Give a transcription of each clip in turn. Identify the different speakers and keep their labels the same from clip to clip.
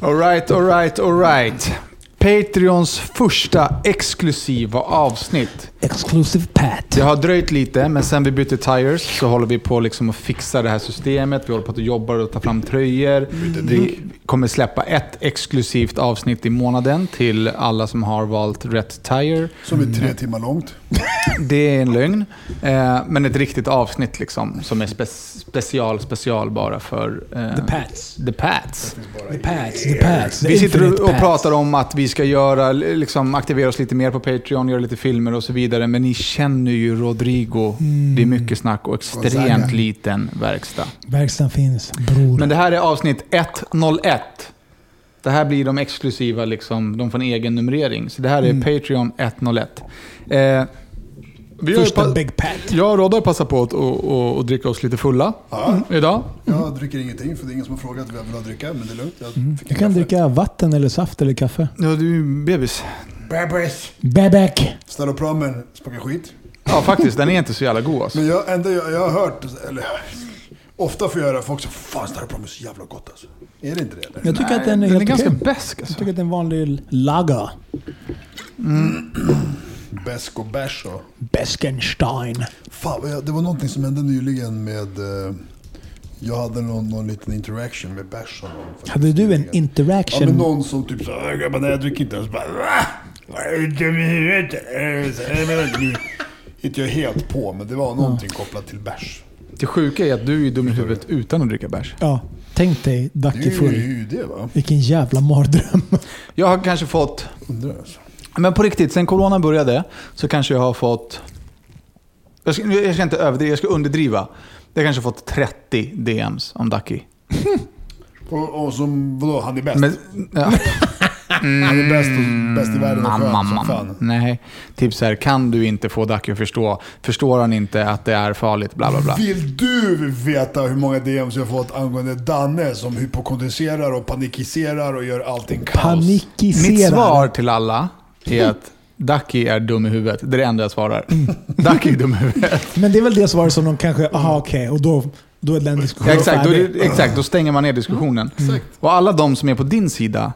Speaker 1: Alright, alright, alright. Patreons första exklusiva avsnitt.
Speaker 2: Exclusive Pat.
Speaker 1: Det har dröjt lite, men sen vi bytte tires så håller vi på liksom att fixa det här systemet. Vi håller på att jobba och ta fram tröjor. Vi kommer släppa ett exklusivt avsnitt i månaden till alla som har valt rätt tire.
Speaker 3: Som är
Speaker 2: Mm.
Speaker 3: tre timmar långt.
Speaker 1: Det är en lögn, eh, men ett riktigt avsnitt liksom, som är spe- special, special bara för eh,
Speaker 2: The Pats.
Speaker 1: The Pats.
Speaker 2: The Pats, the Pats. the
Speaker 1: Vi sitter
Speaker 2: infinite
Speaker 1: och
Speaker 2: Pats.
Speaker 1: pratar om att vi ska göra, liksom, aktivera oss lite mer på Patreon, göra lite filmer och så vidare. Men ni känner ju Rodrigo.
Speaker 2: Mm.
Speaker 1: Det är mycket snack och extremt
Speaker 3: Gonzaga.
Speaker 1: liten verkstad.
Speaker 2: Verkstaden finns, bror.
Speaker 1: Men det här är avsnitt 101. Det här blir de exklusiva, liksom, de får en egen numrering. Så det här är
Speaker 2: Mm.
Speaker 1: Patreon 101. Eh, vi har ju
Speaker 2: Första
Speaker 1: pa-
Speaker 2: Big Pat.
Speaker 1: jag och Rodde har passat på att och, och, och dricka oss lite fulla Mm,
Speaker 3: Ja.
Speaker 1: idag.
Speaker 3: Jag dricker ingenting för det är ingen som har frågat vad jag vill ha att dricka. Men det är lugnt. Jag fick en
Speaker 2: Mm. Du kan
Speaker 3: kaffe.
Speaker 2: dricka vatten eller saft eller kaffe.
Speaker 1: Ja, du är ju bebis.
Speaker 3: Bebis!
Speaker 2: Bebek!
Speaker 3: Staropramen smakar skit.
Speaker 1: Ja, faktiskt. Den är inte så jävla god alltså.
Speaker 3: Men jag, ändå, jag, jag har hört, eller ofta får jag höra folk säga Fan staropramen är så jävla gott alltså. Är det inte det eller?
Speaker 2: Jag tycker att den är
Speaker 1: Den är
Speaker 2: helt
Speaker 1: ganska
Speaker 2: okej.
Speaker 1: besk
Speaker 2: Jag
Speaker 1: alltså.
Speaker 2: tycker att det är en vanlig lager.
Speaker 3: Besk och bärs och...
Speaker 2: Beskenstein.
Speaker 3: Fan, vad jag- det var någonting som hände nyligen med... eh, Jag hade någon, någon liten interaction med bärs och någon. faktiskt
Speaker 2: Hade du en
Speaker 3: nyligen. Ja,
Speaker 2: interaction?
Speaker 3: men någon som typ så här, grabbar nej jag dricker inte. Och så bara, va? Vad är du dum i huvudet? Eh, så här, jag menar, nu- Inte jag helt på, men det var någonting kopplat till bärs.
Speaker 1: Det sjuka är att du är dum i huvudet utan att dricka bärs.
Speaker 2: Ja, tänk dig
Speaker 3: Det är
Speaker 2: Dacke
Speaker 3: ju- det är
Speaker 2: full.
Speaker 3: ju det va?
Speaker 2: Vilken jävla mardröm.
Speaker 1: Jag har kanske fått,
Speaker 3: Undrar alltså.
Speaker 1: men på riktigt, sen corona började så kanske jag har fått, jag ska, jag ska inte överdriva, jag ska underdriva. Jag kanske har fått 30 DMs om Ducky.
Speaker 3: Och, och som, vadå, han är bäst?
Speaker 1: Men, ja,
Speaker 3: han är bäst, och, bäst i världen och
Speaker 1: mam, mam,
Speaker 3: skön som
Speaker 1: mam.
Speaker 3: fan.
Speaker 1: Nej, typ så här, kan du inte få Ducky att förstå? Förstår han inte att det är farligt? Bla, bla, bla.
Speaker 3: Vill du veta hur många DMs jag fått angående Danne som hypokondenserar och panikiserar och gör allting kaos?
Speaker 2: Panikiserar.
Speaker 1: Mitt svar till alla är att Ducky är dum i huvudet. Det är det enda jag svarar. Ducky är dum i huvudet.
Speaker 2: Men det är väl det svaret som de kanske, aha okej, och då, då är den
Speaker 1: Ja,
Speaker 2: diskussionen
Speaker 1: exakt, då, är
Speaker 2: färdig.
Speaker 1: det- exakt, då stänger man ner diskussionen.
Speaker 3: Mm.
Speaker 1: Och alla de som är på din sida,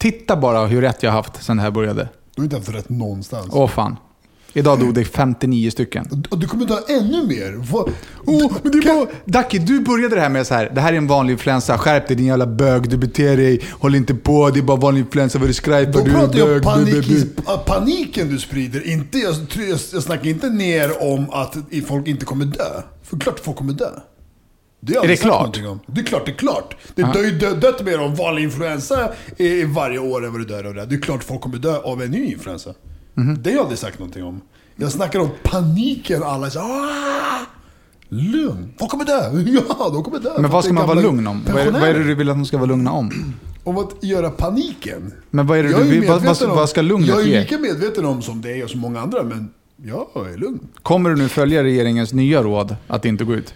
Speaker 1: titta bara hur rätt jag har haft sedan det här började.
Speaker 3: Du har inte haft rätt någonstans.
Speaker 1: Åh fan. Idag dog det 59 stycken.
Speaker 3: Och du kommer inte ha ännu mer. Vad-
Speaker 1: Oh, men det är bara... Ducky, du började det här med så här. det här är en vanlig influensa, skärp dig din jävla bög, du beter dig, håll inte på, det är bara vanlig influensa, vad du skrajpar,
Speaker 3: Då
Speaker 1: du är
Speaker 3: pratar jag om
Speaker 1: bög, bög, bög, bög.
Speaker 3: panik, pa- paniken du sprider. Inte, jag, jag, jag snackar inte ner om att i- folk inte kommer dö. För klart folk kommer dö. Det
Speaker 1: Är
Speaker 3: har jag
Speaker 1: det
Speaker 3: aldrig sagt
Speaker 1: klart?
Speaker 3: någonting Om. Det är klart det är klart. Det dör ju dö- dött mer om vanlig influensa i varje år än vad det dör av det. här. Det är klart folk kommer dö av en ny influensa.
Speaker 1: Mhm.
Speaker 3: Det har jag aldrig sagt någonting om. Jag snackar om paniken. Alla säger "Ah, Lugn. Folk kommer dö. Ja, de kommer dö.
Speaker 1: Men vad ska man vara lugn om? Vad är, vad är det
Speaker 3: Pensionärer.
Speaker 1: du vill att de ska vara lugna om?
Speaker 3: Om att göra paniken.
Speaker 1: Men vad är det
Speaker 3: Jag
Speaker 1: du
Speaker 3: ju
Speaker 1: vill- vad-
Speaker 3: medveten
Speaker 1: vad-
Speaker 3: om-
Speaker 1: vad ska lugnet
Speaker 3: Jag är
Speaker 1: ge?
Speaker 3: ju lika medveten om som dig och som många andra, men jag är lugn.
Speaker 1: Kommer du nu följa regeringens nya råd att inte gå ut?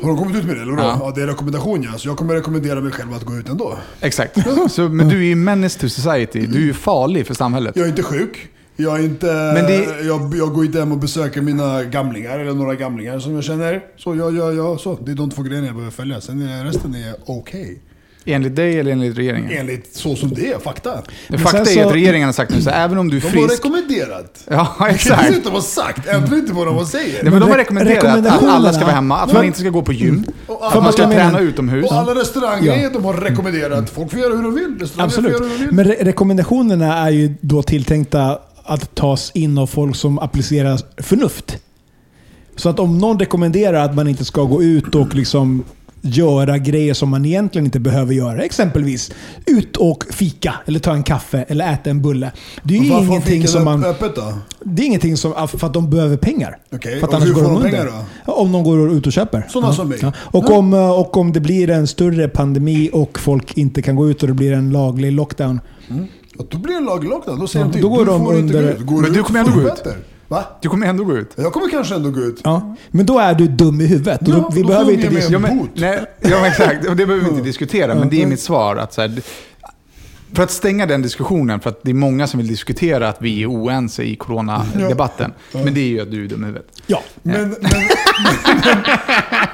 Speaker 3: Har de kommit ut med det eller vadå?
Speaker 1: Ja.
Speaker 3: Ja. det är rekommendation ja. Så jag kommer rekommendera mig själv att gå ut ändå.
Speaker 1: Exakt. Så, men du är ju menace to society, du är ju farlig för samhället.
Speaker 3: Jag är inte sjuk. Jag, är inte,
Speaker 1: Men det-
Speaker 3: jag, jag går inte hem och besöker mina gamlingar eller några gamlingar som jag känner. Så jag, jag, jag, så. Det är de två grejerna jag behöver följa. Sen är resten är okej.
Speaker 1: Enligt dig eller enligt regeringen?
Speaker 3: Enligt så som det är, fakta.
Speaker 1: Det
Speaker 2: Men
Speaker 1: fakta
Speaker 2: sen
Speaker 1: är att
Speaker 2: så-
Speaker 1: regeringen har sagt nu så här, även om du är
Speaker 3: De har
Speaker 1: frisk...
Speaker 3: rekommenderat.
Speaker 1: Ja,
Speaker 3: Jag vet
Speaker 1: exakt.
Speaker 3: inte vad de har sagt. Ändra inte på vad de säger.
Speaker 1: Nej, men de har
Speaker 2: Re-
Speaker 1: rekommenderat att alla ska vara hemma, att man inte ska gå på gym,
Speaker 3: Och
Speaker 1: att man ska
Speaker 2: alla-
Speaker 1: träna utomhus.
Speaker 3: Och alla restauranger
Speaker 2: Ja.
Speaker 3: de har rekommenderat. Folk får göra hur de vill. Restauranger
Speaker 2: Absolut.
Speaker 3: får göra hur de vill.
Speaker 2: Men re- rekommendationerna är ju då tilltänkta att tas in av folk som applicerar förnuft. Så att om någon rekommenderar att man inte ska gå ut och liksom göra grejer som man egentligen inte behöver göra. Exempelvis ut och fika, eller ta en kaffe, eller äta en bulle. Det är ju
Speaker 3: Varför
Speaker 2: ingenting
Speaker 3: fick
Speaker 2: som
Speaker 3: det
Speaker 2: man...
Speaker 3: öppet då?
Speaker 2: Det är ingenting som... ah, För att de behöver pengar.
Speaker 3: Okej,
Speaker 2: För att
Speaker 3: och
Speaker 2: annars
Speaker 3: hur
Speaker 2: går
Speaker 3: får
Speaker 2: de
Speaker 3: de
Speaker 2: under.
Speaker 3: pengar
Speaker 2: Om de går ut och köper.
Speaker 3: Sådana som mig.
Speaker 2: Och, om, eh, och om det blir en större pandemi och folk inte kan gå ut och det blir en laglig lockdown.
Speaker 3: Och då blir det lagerlockdown. Då säger
Speaker 2: Ja,
Speaker 3: de till.
Speaker 2: då går
Speaker 3: du
Speaker 2: de
Speaker 3: får inte
Speaker 2: under-
Speaker 3: gå ut. Går
Speaker 1: Men du
Speaker 3: ut
Speaker 1: kommer
Speaker 3: får
Speaker 1: ändå
Speaker 3: du
Speaker 1: gå ut.
Speaker 3: böter. Va?
Speaker 1: Du kommer ändå gå ut.
Speaker 3: Jag kommer kanske ändå gå ut.
Speaker 2: Ja. Men då är du dum i huvudet. och
Speaker 3: Ja,
Speaker 2: då, vi
Speaker 3: då
Speaker 2: behöver
Speaker 3: får
Speaker 2: inte
Speaker 3: vi
Speaker 2: dis-
Speaker 3: med-
Speaker 1: Ja, men,
Speaker 3: Bot.
Speaker 1: nej, ja, men exakt. Och Det behöver vi inte diskutera, men det är mitt svar. Att så här, för att stänga den diskussionen, för att det är många som vill diskutera att vi är oense i coronadebatten. Men det är ju att du är dum i huvudet.
Speaker 2: Ja.
Speaker 3: Men, men, men,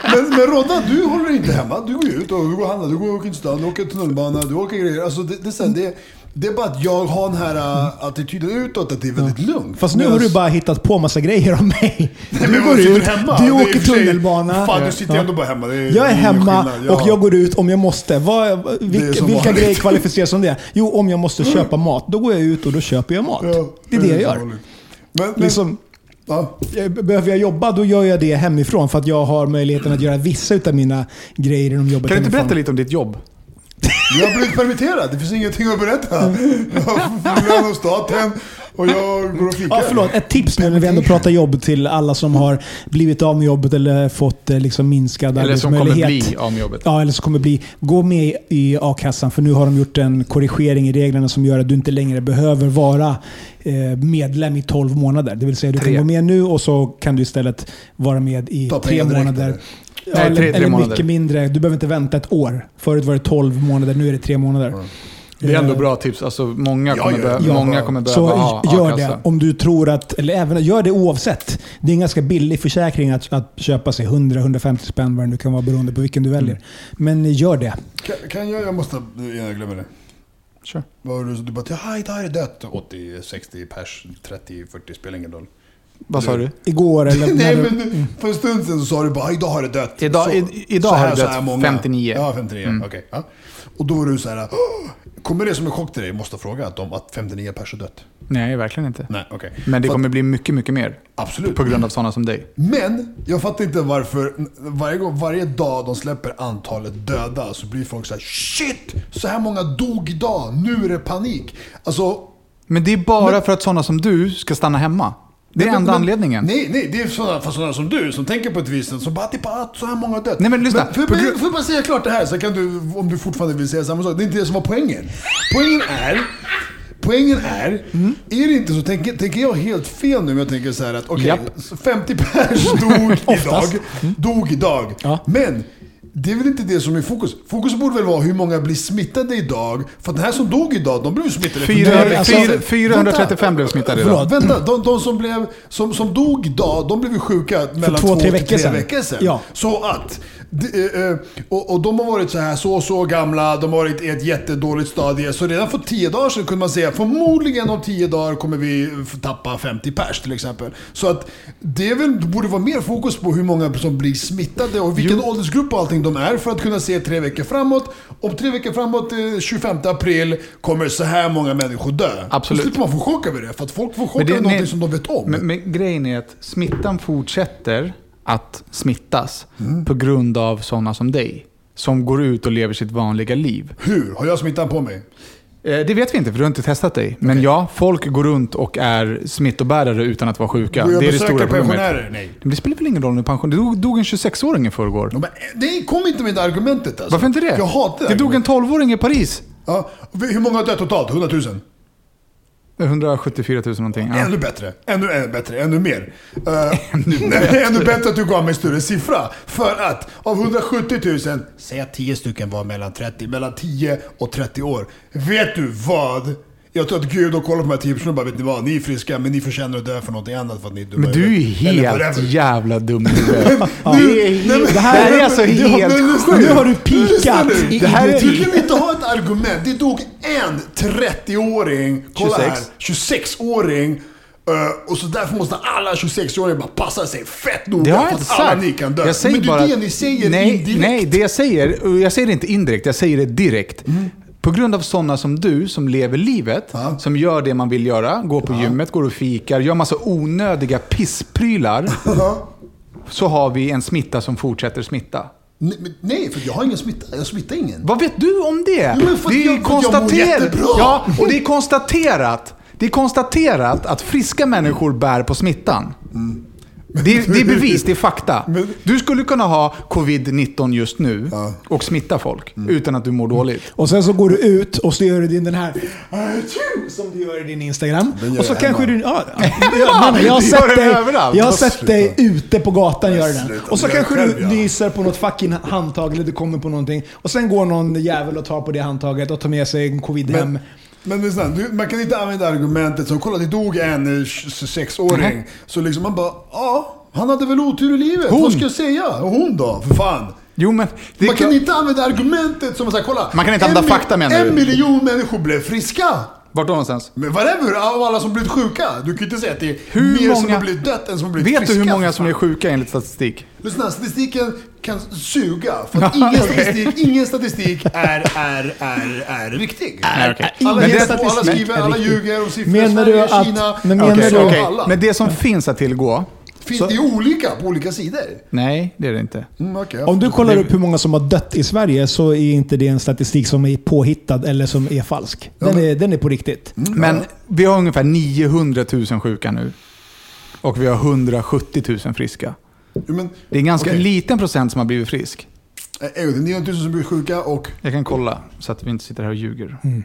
Speaker 3: men, men Rodda, du håller dig inte hemma. Du går ut och du går och handlar, du går och åker till stan, du åker tunnelbana, du åker grejer. Alltså det, det, är så här, det, det är bara att jag har den här äh, attityden utåt att det är väldigt lugnt.
Speaker 2: Fast nu
Speaker 3: Medan-
Speaker 2: har du bara hittat på massa grejer om mig.
Speaker 3: Nej, men
Speaker 2: Du
Speaker 3: vad
Speaker 2: går
Speaker 3: sitter
Speaker 2: ut,
Speaker 3: hemma?
Speaker 2: du
Speaker 3: Det är i och
Speaker 2: åker
Speaker 3: för sig-
Speaker 2: tunnelbana.
Speaker 3: Fan, du sitter ju
Speaker 2: Ja.
Speaker 3: ändå bara hemma. Det är,
Speaker 2: Jag är
Speaker 3: det är
Speaker 2: hemma
Speaker 3: skillnad.
Speaker 2: och jag går ut om jag måste. Vad,
Speaker 3: är
Speaker 2: vilka
Speaker 3: som
Speaker 2: vilka
Speaker 3: vanligt.
Speaker 2: grejer kvalificeras som det? Jo, om jag måste köpa mat, då går jag ut och då köper jag mat.
Speaker 3: Ja,
Speaker 2: det är det jag
Speaker 3: så
Speaker 2: gör.
Speaker 3: vanligt. Men, men,
Speaker 2: Liksom,
Speaker 3: ja.
Speaker 2: jag- behöver jag jobba, då gör jag det hemifrån för att jag har möjligheten att göra vissa av mina grejer inom jobbet
Speaker 1: Kan du inte
Speaker 2: hemifrån.
Speaker 1: berätta lite om ditt jobb?
Speaker 3: Jag har blivit permitterad. Det finns ingenting att berätta. Jag har lön av staten och jag går och fikar.
Speaker 2: Mm. Ja, förlåt. Ett tips nu när vi ändå pratar jobb till alla som har blivit av med jobbet eller fått eh, liksom minskad
Speaker 1: Eller som kommer
Speaker 2: arbetsmöjlighet.
Speaker 1: bli av med jobbet?
Speaker 2: Ja, eller så kommer det bli, gå med i a-kassan för nu har de gjort en korrigering i reglerna som gör att du inte längre behöver vara eh, medlem i 12 månader. Det vill säga du
Speaker 1: Tre.
Speaker 2: kan gå med nu och så kan du istället vara med i
Speaker 3: Ta
Speaker 2: tre
Speaker 3: pengar direkt,
Speaker 2: månader.
Speaker 3: eller?
Speaker 2: Ja,
Speaker 1: Nej,
Speaker 2: eller
Speaker 1: tre- tre
Speaker 2: eller
Speaker 1: månader.
Speaker 2: mycket mindre. Du behöver inte vänta ett år. Förut var det 12 månader, nu är det tre månader.
Speaker 1: Det är ändå bra tips. Alltså, många
Speaker 3: Eh, Ja,
Speaker 1: kommer,
Speaker 3: ja, ja.
Speaker 1: behö-
Speaker 2: Ja.
Speaker 1: många kommer behöva
Speaker 2: Så
Speaker 1: ha
Speaker 2: gör
Speaker 1: a-kassa.
Speaker 2: det om du tror att, eller även, gör det oavsett. Det är en ganska billig försäkring att, att köpa sig. 100-150 spänn vad det nu kan vara beroende på vilken du väljer.
Speaker 1: Mm.
Speaker 2: Men gör det.
Speaker 3: Kan, kan jag... Jag måste... Jag glömmer det.
Speaker 1: Kör.
Speaker 3: Vad var det du bara ja, det här är dött. 80, 60 pers, 30, 40 spelar ingen roll.
Speaker 1: Vad sa du?
Speaker 2: Igår eller när
Speaker 3: Nej
Speaker 2: du,
Speaker 3: men för en stund sedan så sa du bara idag har det dött.
Speaker 1: Idag-
Speaker 3: så,
Speaker 1: i- idag har det dött Mm. 59.
Speaker 3: Ja, 59. Okej. ja. Och då var du så här. "Åh!" Kommer det som en chock till dig? Måste fråga att, de, att 59 pers har dött.
Speaker 1: Nej, verkligen inte.
Speaker 3: Nej, okej.
Speaker 1: Men det
Speaker 3: För att-
Speaker 1: kommer bli mycket, mycket mer.
Speaker 3: Absolut.
Speaker 1: På grund av sådana som dig.
Speaker 3: Men jag fattar inte varför varje, gång, varje dag de släpper antalet döda så blir folk så här Shit! Så här många dog idag. Nu är det panik. Alltså
Speaker 1: Men det är bara för att sådana som du ska stanna hemma. Det är
Speaker 3: Men-
Speaker 1: enda
Speaker 3: men-
Speaker 1: anledningen.
Speaker 3: Nej, nej, det är sådana, för sådana som du som tänker på ett visst sätt. Som bara, det är bara så här många har dött.
Speaker 1: Nej, men lyssna.
Speaker 3: Får jag
Speaker 1: På
Speaker 3: bara-
Speaker 1: grund-
Speaker 3: får jag bara säga klart det här så kan du, om du fortfarande vill säga samma sak. Det är inte det som var poängen. Poängen är, poängen är, är det inte så, tänker, tänker jag helt fel nu om jag tänker så här att okej,
Speaker 1: Japp. Mm.
Speaker 3: 50 pers dog idag.
Speaker 2: Oftast.
Speaker 3: Dog idag.
Speaker 2: Ja.
Speaker 3: Men, det är väl inte det som är fokus. Fokus borde väl vara hur många blir smittade idag. För att den här som dog idag, de blev ju smittade för
Speaker 1: Fyra-
Speaker 3: tre veckor
Speaker 2: alltså-
Speaker 3: sedan.
Speaker 1: 435 blev smittade idag.
Speaker 3: Förlåt, vänta. De, de som, blev, som, som dog idag, de blev ju sjuka mellan två,
Speaker 2: två, tre
Speaker 3: till
Speaker 2: veckor
Speaker 3: tre
Speaker 2: sedan.
Speaker 3: veckor sedan.
Speaker 2: Ja.
Speaker 3: Så att... de- eh, eh, och, och de har varit så här så och så gamla, de har varit i ett jättedåligt stadie. Så redan för tio dagar sedan kunde man säga förmodligen om tio dagar kommer vi få tappa 50 pers till exempel. Så att det är väl, det borde vara mer fokus på hur många som blir smittade och vilken åldersgrupp och allting de är för att kunna se tre veckor framåt. Om tre veckor framåt, eh, 25 april, kommer så här många människor dö.
Speaker 1: Absolut.
Speaker 3: Så slipper man få chock över det, för att folk får chock
Speaker 1: Men det-
Speaker 3: över någonting
Speaker 1: nej.
Speaker 3: som de vet om.
Speaker 1: Men, men grejen är att smittan fortsätter att smittas
Speaker 3: Mm.
Speaker 1: på grund av sådana som dig. Som går ut och lever sitt vanliga liv.
Speaker 3: Hur? Har jag smittan på mig?
Speaker 1: Eh, Det vet vi inte för du har inte testat dig. Men ja, folk går runt och är smittobärare utan att vara sjuka.
Speaker 3: Går jag
Speaker 1: det är det
Speaker 3: besöker
Speaker 1: stora problemet.
Speaker 3: pensionärer? Nej.
Speaker 1: Men Det spelar väl ingen roll nu pension. Det dog, dog en 26-åring i förrgår.
Speaker 3: Ja, men, nej, kom inte med "Eh, det argumentet alltså.
Speaker 1: Varför inte det?
Speaker 3: Jag hatar
Speaker 1: det dog en
Speaker 3: argumentet.
Speaker 1: 12-åring i Paris.
Speaker 3: ja, Hur många har dött totalt? 100 000?
Speaker 1: 174 000 någonting. Ja.
Speaker 3: Ännu bättre. Ännu, ännu bättre. Ännu mer. Eh, nej, ännu bättre att du gav mig en större siffra. För att av 170 000, säg att 10 stycken var mellan 30, mellan 10 och 30 år. Vet du vad? Jag tror att Gud har kollat på de här 10 personerna och bara, vet ni vad? Ni är friska, men ni förtjänar att dö för någonting annat för att ni är dumma
Speaker 1: Men du är
Speaker 3: i huvudet." Eller
Speaker 1: helt
Speaker 3: whatever.
Speaker 1: jävla dum i huvudet.
Speaker 2: Ja.
Speaker 1: Det är helt- Det här är alltså
Speaker 3: Du har- men
Speaker 1: helt
Speaker 3: lyssna
Speaker 2: Nu
Speaker 1: sjukt.
Speaker 2: har du peakat
Speaker 3: Lyssna nu.
Speaker 2: i
Speaker 3: Det här är...
Speaker 2: idioti.
Speaker 3: Du kan inte ha ett argument. Det dog en 30-åring, kolla
Speaker 1: 26.
Speaker 3: här, 26-åring. eh, Och så därför måste alla 26-åringar bara passa sig fett noga
Speaker 1: Det har jag
Speaker 3: för
Speaker 1: inte
Speaker 3: att alla
Speaker 1: sagt.
Speaker 3: ni kan dö.
Speaker 1: Jag säger
Speaker 3: Men det är
Speaker 1: bara,
Speaker 3: det ni säger
Speaker 1: nej,
Speaker 3: indirekt.
Speaker 1: Nej, det jag säger, och jag säger det inte indirekt, jag säger det direkt. På grund av sådana som du som lever livet,
Speaker 3: Mm. Ja.
Speaker 1: som gör det man vill göra, går på gymmet, går och fikar, gör massa onödiga pissprylar, så har vi en smitta som fortsätter smitta.
Speaker 3: Nej, men- Nej, för jag har ingen smitta. Jag smittar ingen.
Speaker 1: Vad vet du om det?
Speaker 3: Jo, men för att
Speaker 1: det
Speaker 3: jag- för att jag mår jättebra.
Speaker 1: ja, och det är konstaterat. Det är konstaterat att friska människor bär på smittan. Det, är- det är bevis, det är fakta.
Speaker 3: Mm. Men-
Speaker 1: Du skulle kunna ha covid-19 just nu
Speaker 3: Ja. Mm.
Speaker 1: och smitta folk utan att du mår dåligt.
Speaker 2: Och sen så går du ut och så gör du din den här... "Achoo!" Som du gör i din Instagram.
Speaker 3: Den gör
Speaker 2: Och så
Speaker 3: jag
Speaker 2: kanske
Speaker 3: hemma.
Speaker 2: du... Ja, ja, man, jag har
Speaker 1: Du gör den
Speaker 2: sett dig,
Speaker 1: överallt.
Speaker 2: jag har
Speaker 1: Vad
Speaker 2: sett
Speaker 3: sluta.
Speaker 2: dig ute på gatan göra den.
Speaker 3: Sluta,
Speaker 2: Och så
Speaker 3: det gör jag
Speaker 2: kanske
Speaker 3: själv,
Speaker 2: du
Speaker 3: ja.
Speaker 2: nyser på något fucking handtag eller du kommer på någonting. Och sen går någon jävel och tar på det handtaget och tar med sig en covid hem.
Speaker 3: Men, men lyssna, du, man kan inte använda argumentet som “Kolla, det dog en eh, 26-åring”. Så liksom man bara “Ja, han hade väl otur i livet.
Speaker 1: Hon.
Speaker 3: Vad ska jag säga?” Och hon då? För fan.
Speaker 1: Jo, men... Det är
Speaker 3: Man kan
Speaker 1: klart-
Speaker 3: inte använda argumentet som att säga “Kolla,
Speaker 1: Man kan inte
Speaker 3: en
Speaker 1: använda
Speaker 3: mil-
Speaker 1: fakta, menar du?
Speaker 3: En miljon människor blev friska.
Speaker 1: Vart då någonstans?
Speaker 3: Men whatever, av alla som blivit sjuka. Du kan ju inte säga att det är
Speaker 1: Hur
Speaker 3: mer som
Speaker 1: många-
Speaker 3: har blivit dött än som har blivit
Speaker 1: Vet
Speaker 3: friska.
Speaker 1: du hur många
Speaker 3: för
Speaker 1: som
Speaker 3: fan.
Speaker 1: är sjuka enligt statistik?
Speaker 3: Lyssna, statistiken kan suga. För att ingen, statistik, ingen statistik är, är, är, är riktig.
Speaker 1: Nej, okej.
Speaker 3: Alla,
Speaker 1: Men
Speaker 3: hittar
Speaker 1: det-
Speaker 3: på, alla
Speaker 1: men-
Speaker 3: skriver, alla ljuger om siffror.
Speaker 2: Menar du
Speaker 3: Sverige,
Speaker 2: att-
Speaker 3: Kina,
Speaker 2: men menar
Speaker 1: Okej,
Speaker 2: du-
Speaker 3: USA,
Speaker 1: okej.
Speaker 3: alla.
Speaker 1: Men det som finns att tillgå...
Speaker 3: Finns
Speaker 1: så-
Speaker 3: det ju olika på olika sidor?
Speaker 1: Nej, det är det inte.
Speaker 3: Mm, okej.
Speaker 2: Om du kollar
Speaker 1: det-
Speaker 2: upp hur många som har dött i Sverige så är inte det en statistik som är påhittad eller som är falsk. Den,
Speaker 3: men- Mm.
Speaker 2: är, den är på riktigt.
Speaker 1: Men vi har ungefär 900 000 sjuka nu. Och vi har 170 000 friska.
Speaker 3: Jo, men,
Speaker 1: Det är en ganska
Speaker 3: Okej.
Speaker 1: liten procent som har blivit frisk.
Speaker 3: eh, det är 9000 som blir sjuka och...
Speaker 1: Jag kan kolla så att vi inte sitter här och ljuger.
Speaker 3: Mm.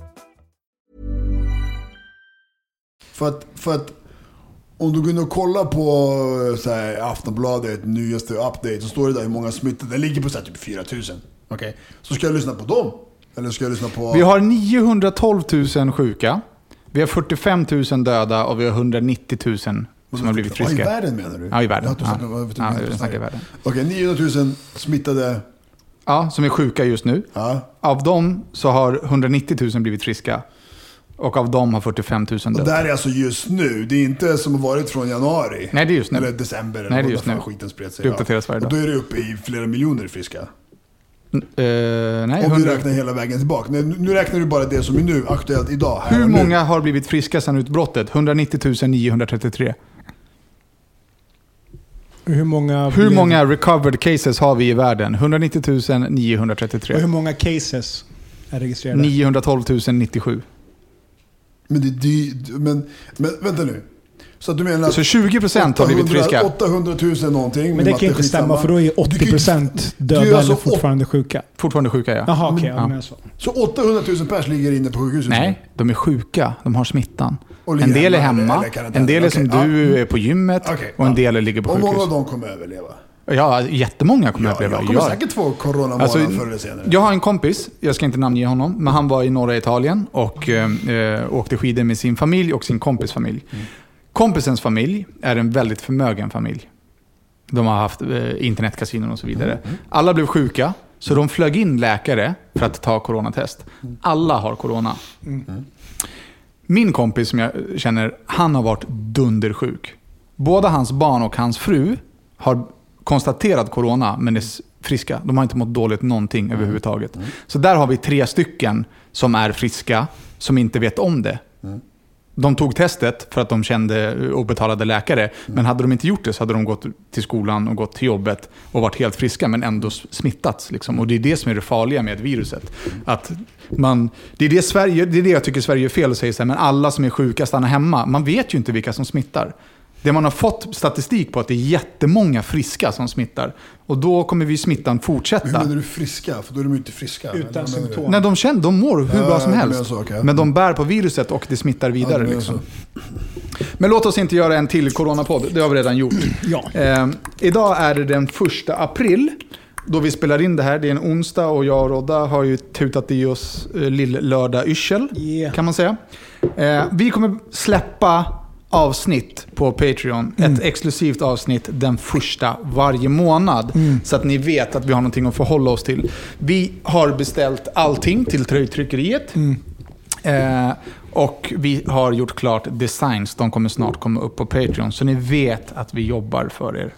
Speaker 3: För att, för att om du går in och kollar på eh, så här, Aftonbladet, nyaste update, så står det där hur många smittade. Det ligger på så här, typ 4000. Okej? Så ska jag lyssna på dem? Eller ska jag lyssna på...
Speaker 1: Vi har 912 000 sjuka. Vi har 45 000 döda och vi har 190 000 som har blivit
Speaker 3: Ja, I
Speaker 1: friska.
Speaker 3: världen menar du?
Speaker 1: Ja, i världen.
Speaker 3: Jag har inte
Speaker 1: Ja.
Speaker 3: snackat-
Speaker 1: Ja,
Speaker 3: jag
Speaker 1: vi
Speaker 3: har
Speaker 1: snackar
Speaker 3: inte
Speaker 1: i världen.
Speaker 3: Okej, 900 000 smittade.
Speaker 1: Ja, som är sjuka just nu.
Speaker 3: Ja.
Speaker 1: Av dem så har 190 000 blivit friska. Och av dem har 45 000
Speaker 3: Och
Speaker 1: dött.
Speaker 3: det här är alltså just nu. Det är inte som har varit från januari.
Speaker 1: Nej, det är just nu.
Speaker 3: Eller december. eller
Speaker 1: Nej, det är
Speaker 3: vad
Speaker 1: just
Speaker 3: fan
Speaker 1: nu.
Speaker 3: skiten spred sig.
Speaker 1: Det uppdateras varje
Speaker 3: Och
Speaker 1: dag.
Speaker 3: då är det uppe i flera miljoner friska.
Speaker 1: Eh, nej,
Speaker 3: Om du
Speaker 1: 100.
Speaker 3: räknar hela vägen tillbaka. Nej, Nu nu räknar du bara det som är nu, aktuellt idag. Här
Speaker 1: Hur
Speaker 3: och nu.
Speaker 1: många har blivit friska sedan utbrottet? 190 933.
Speaker 2: Hur många...
Speaker 1: Hur
Speaker 2: blev-
Speaker 1: många recovered cases har vi i världen? 190
Speaker 2: Och hur
Speaker 1: 933.
Speaker 2: många cases är registrerade?
Speaker 1: 912 097.
Speaker 3: Men det är ju... Men, men vänta nu. Så att du menar att...
Speaker 1: Så 20 procent har blivit friska.
Speaker 3: 800 000 någonting.
Speaker 2: Men det
Speaker 3: matte
Speaker 2: kan ju inte stämma
Speaker 3: skitsamma.
Speaker 2: för då är
Speaker 3: Du kan ju-
Speaker 2: 80%
Speaker 3: du är
Speaker 2: döda
Speaker 3: alltså
Speaker 2: eller fortfarande sjuka. Mm.
Speaker 1: Fortfarande sjuka, ja.
Speaker 2: Jaha, okej.
Speaker 1: ja.
Speaker 2: ja. men alltså. så.
Speaker 3: Så 800 000 pers ligger inne på sjukhuset
Speaker 1: Nej, de är sjuka. De har smittan.
Speaker 3: Och ligger
Speaker 1: En del är
Speaker 3: hemma eller-
Speaker 1: hemma,
Speaker 3: eller karantän.
Speaker 1: en del är som
Speaker 3: Okej,
Speaker 1: du är på gymmet
Speaker 3: Okej,
Speaker 1: och en
Speaker 3: ja.
Speaker 1: del ligger på
Speaker 3: Och många
Speaker 1: sjukhus.
Speaker 3: av dem kommer överleva.
Speaker 1: Ja, jättemånga kommer
Speaker 3: Ja,
Speaker 1: att uppleva.
Speaker 3: jag kommer säkert få corona
Speaker 1: Alltså,
Speaker 3: morgon förr eller senare.
Speaker 1: jag har en kompis, jag ska inte namnge honom, men han var i norra Italien och eh, eh, åkte skidor med sin familj och sin kompis familj. Kompisens familj är en väldigt förmögen familj. De har haft eh, internetkasinon och så vidare. Alla blev sjuka, så de flög in läkare för att ta coronatest. Alla har corona. Min kompis som jag känner, han har varit dundersjuk. Både hans barn och hans fru har konstaterat corona, men är s- friska. De har inte mått dåligt någonting överhuvudtaget. Så där har vi tre stycken som är friska, som inte vet om det. De tog testet för att de kände eh, obetalade läkare, men hade de inte gjort det så hade de gått till skolan och gått till jobbet och varit helt friska, men ändå s- smittats. Liksom. Och det är det som är det farliga med viruset. Att man, det, är det, Sverige, det är det jag tycker Sverige är fel och säger så här, men alla som är sjuka stannar hemma. Man vet ju inte vilka som smittar. Det man har fått statistik på är att det är jättemånga friska som smittar. Och då kommer vi smittan
Speaker 3: Men Hur
Speaker 1: fortsätta.
Speaker 3: menar du friska? För då är de ju inte friska.
Speaker 2: Utan
Speaker 3: Vad menar du?
Speaker 2: symptom.
Speaker 1: När de känner, de mår hur
Speaker 3: Ja,
Speaker 1: bra som
Speaker 3: ja, du
Speaker 1: helst.
Speaker 3: menar så, okej. alltså
Speaker 1: Men de bär på viruset och det smittar vidare.
Speaker 3: menar
Speaker 1: liksom.
Speaker 3: så.
Speaker 1: Men låt oss inte göra en till coronapodd. Det har vi redan gjort.
Speaker 2: Ja.
Speaker 1: Eh, idag är det den första april. Då vi spelar in det här, det är en onsdag och jag och Rodda har ju tutat i oss eh, lill-lördag-yrsel.
Speaker 2: Yeah.
Speaker 1: Kan man säga. Eh, vi kommer släppa avsnitt på Patreon. Ett exklusivt avsnitt den första varje månad. Så att ni vet att vi har någonting att förhålla oss till. Vi har beställt allting till tröjtryckeriet. Eh, och vi har gjort klart designs. De kommer snart komma upp på Patreon. Så ni vet att vi jobbar för er.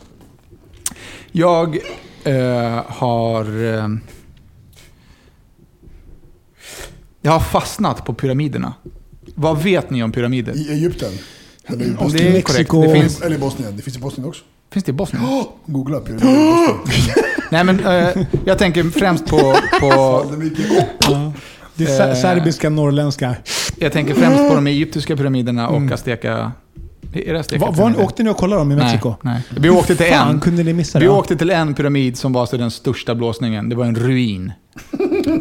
Speaker 1: Jag eh, har... Eh, jag har fastnat på pyramiderna. Vad vet ni om pyramider?
Speaker 3: I Egypten. Eller i
Speaker 1: Om
Speaker 3: Bosnien.
Speaker 1: det är korrekt.
Speaker 2: Mexiko.
Speaker 1: Det finns,
Speaker 3: Eller i Bosnien. Det finns i Bosnien också.
Speaker 1: finns det i Bosnien?
Speaker 3: Googla pyramider i Bosnien.
Speaker 1: Nej, men eh, jag tänker främst på, på,
Speaker 3: Fan, det är mycket.
Speaker 2: Det är
Speaker 1: Eh.
Speaker 2: se- serbiska, norrländska.
Speaker 1: jag tänker främst på de egyptiska pyramiderna och azteka... Är det azteka
Speaker 2: Va, Mm. var ni, åkte ni och kollade dem i Mexiko?
Speaker 1: Nej, nej. Vi åkte till
Speaker 2: Fan,
Speaker 1: en.
Speaker 2: kunde ni missa det?
Speaker 1: Vi åkte till en pyramid som var så den största blåsningen. Det var en ruin.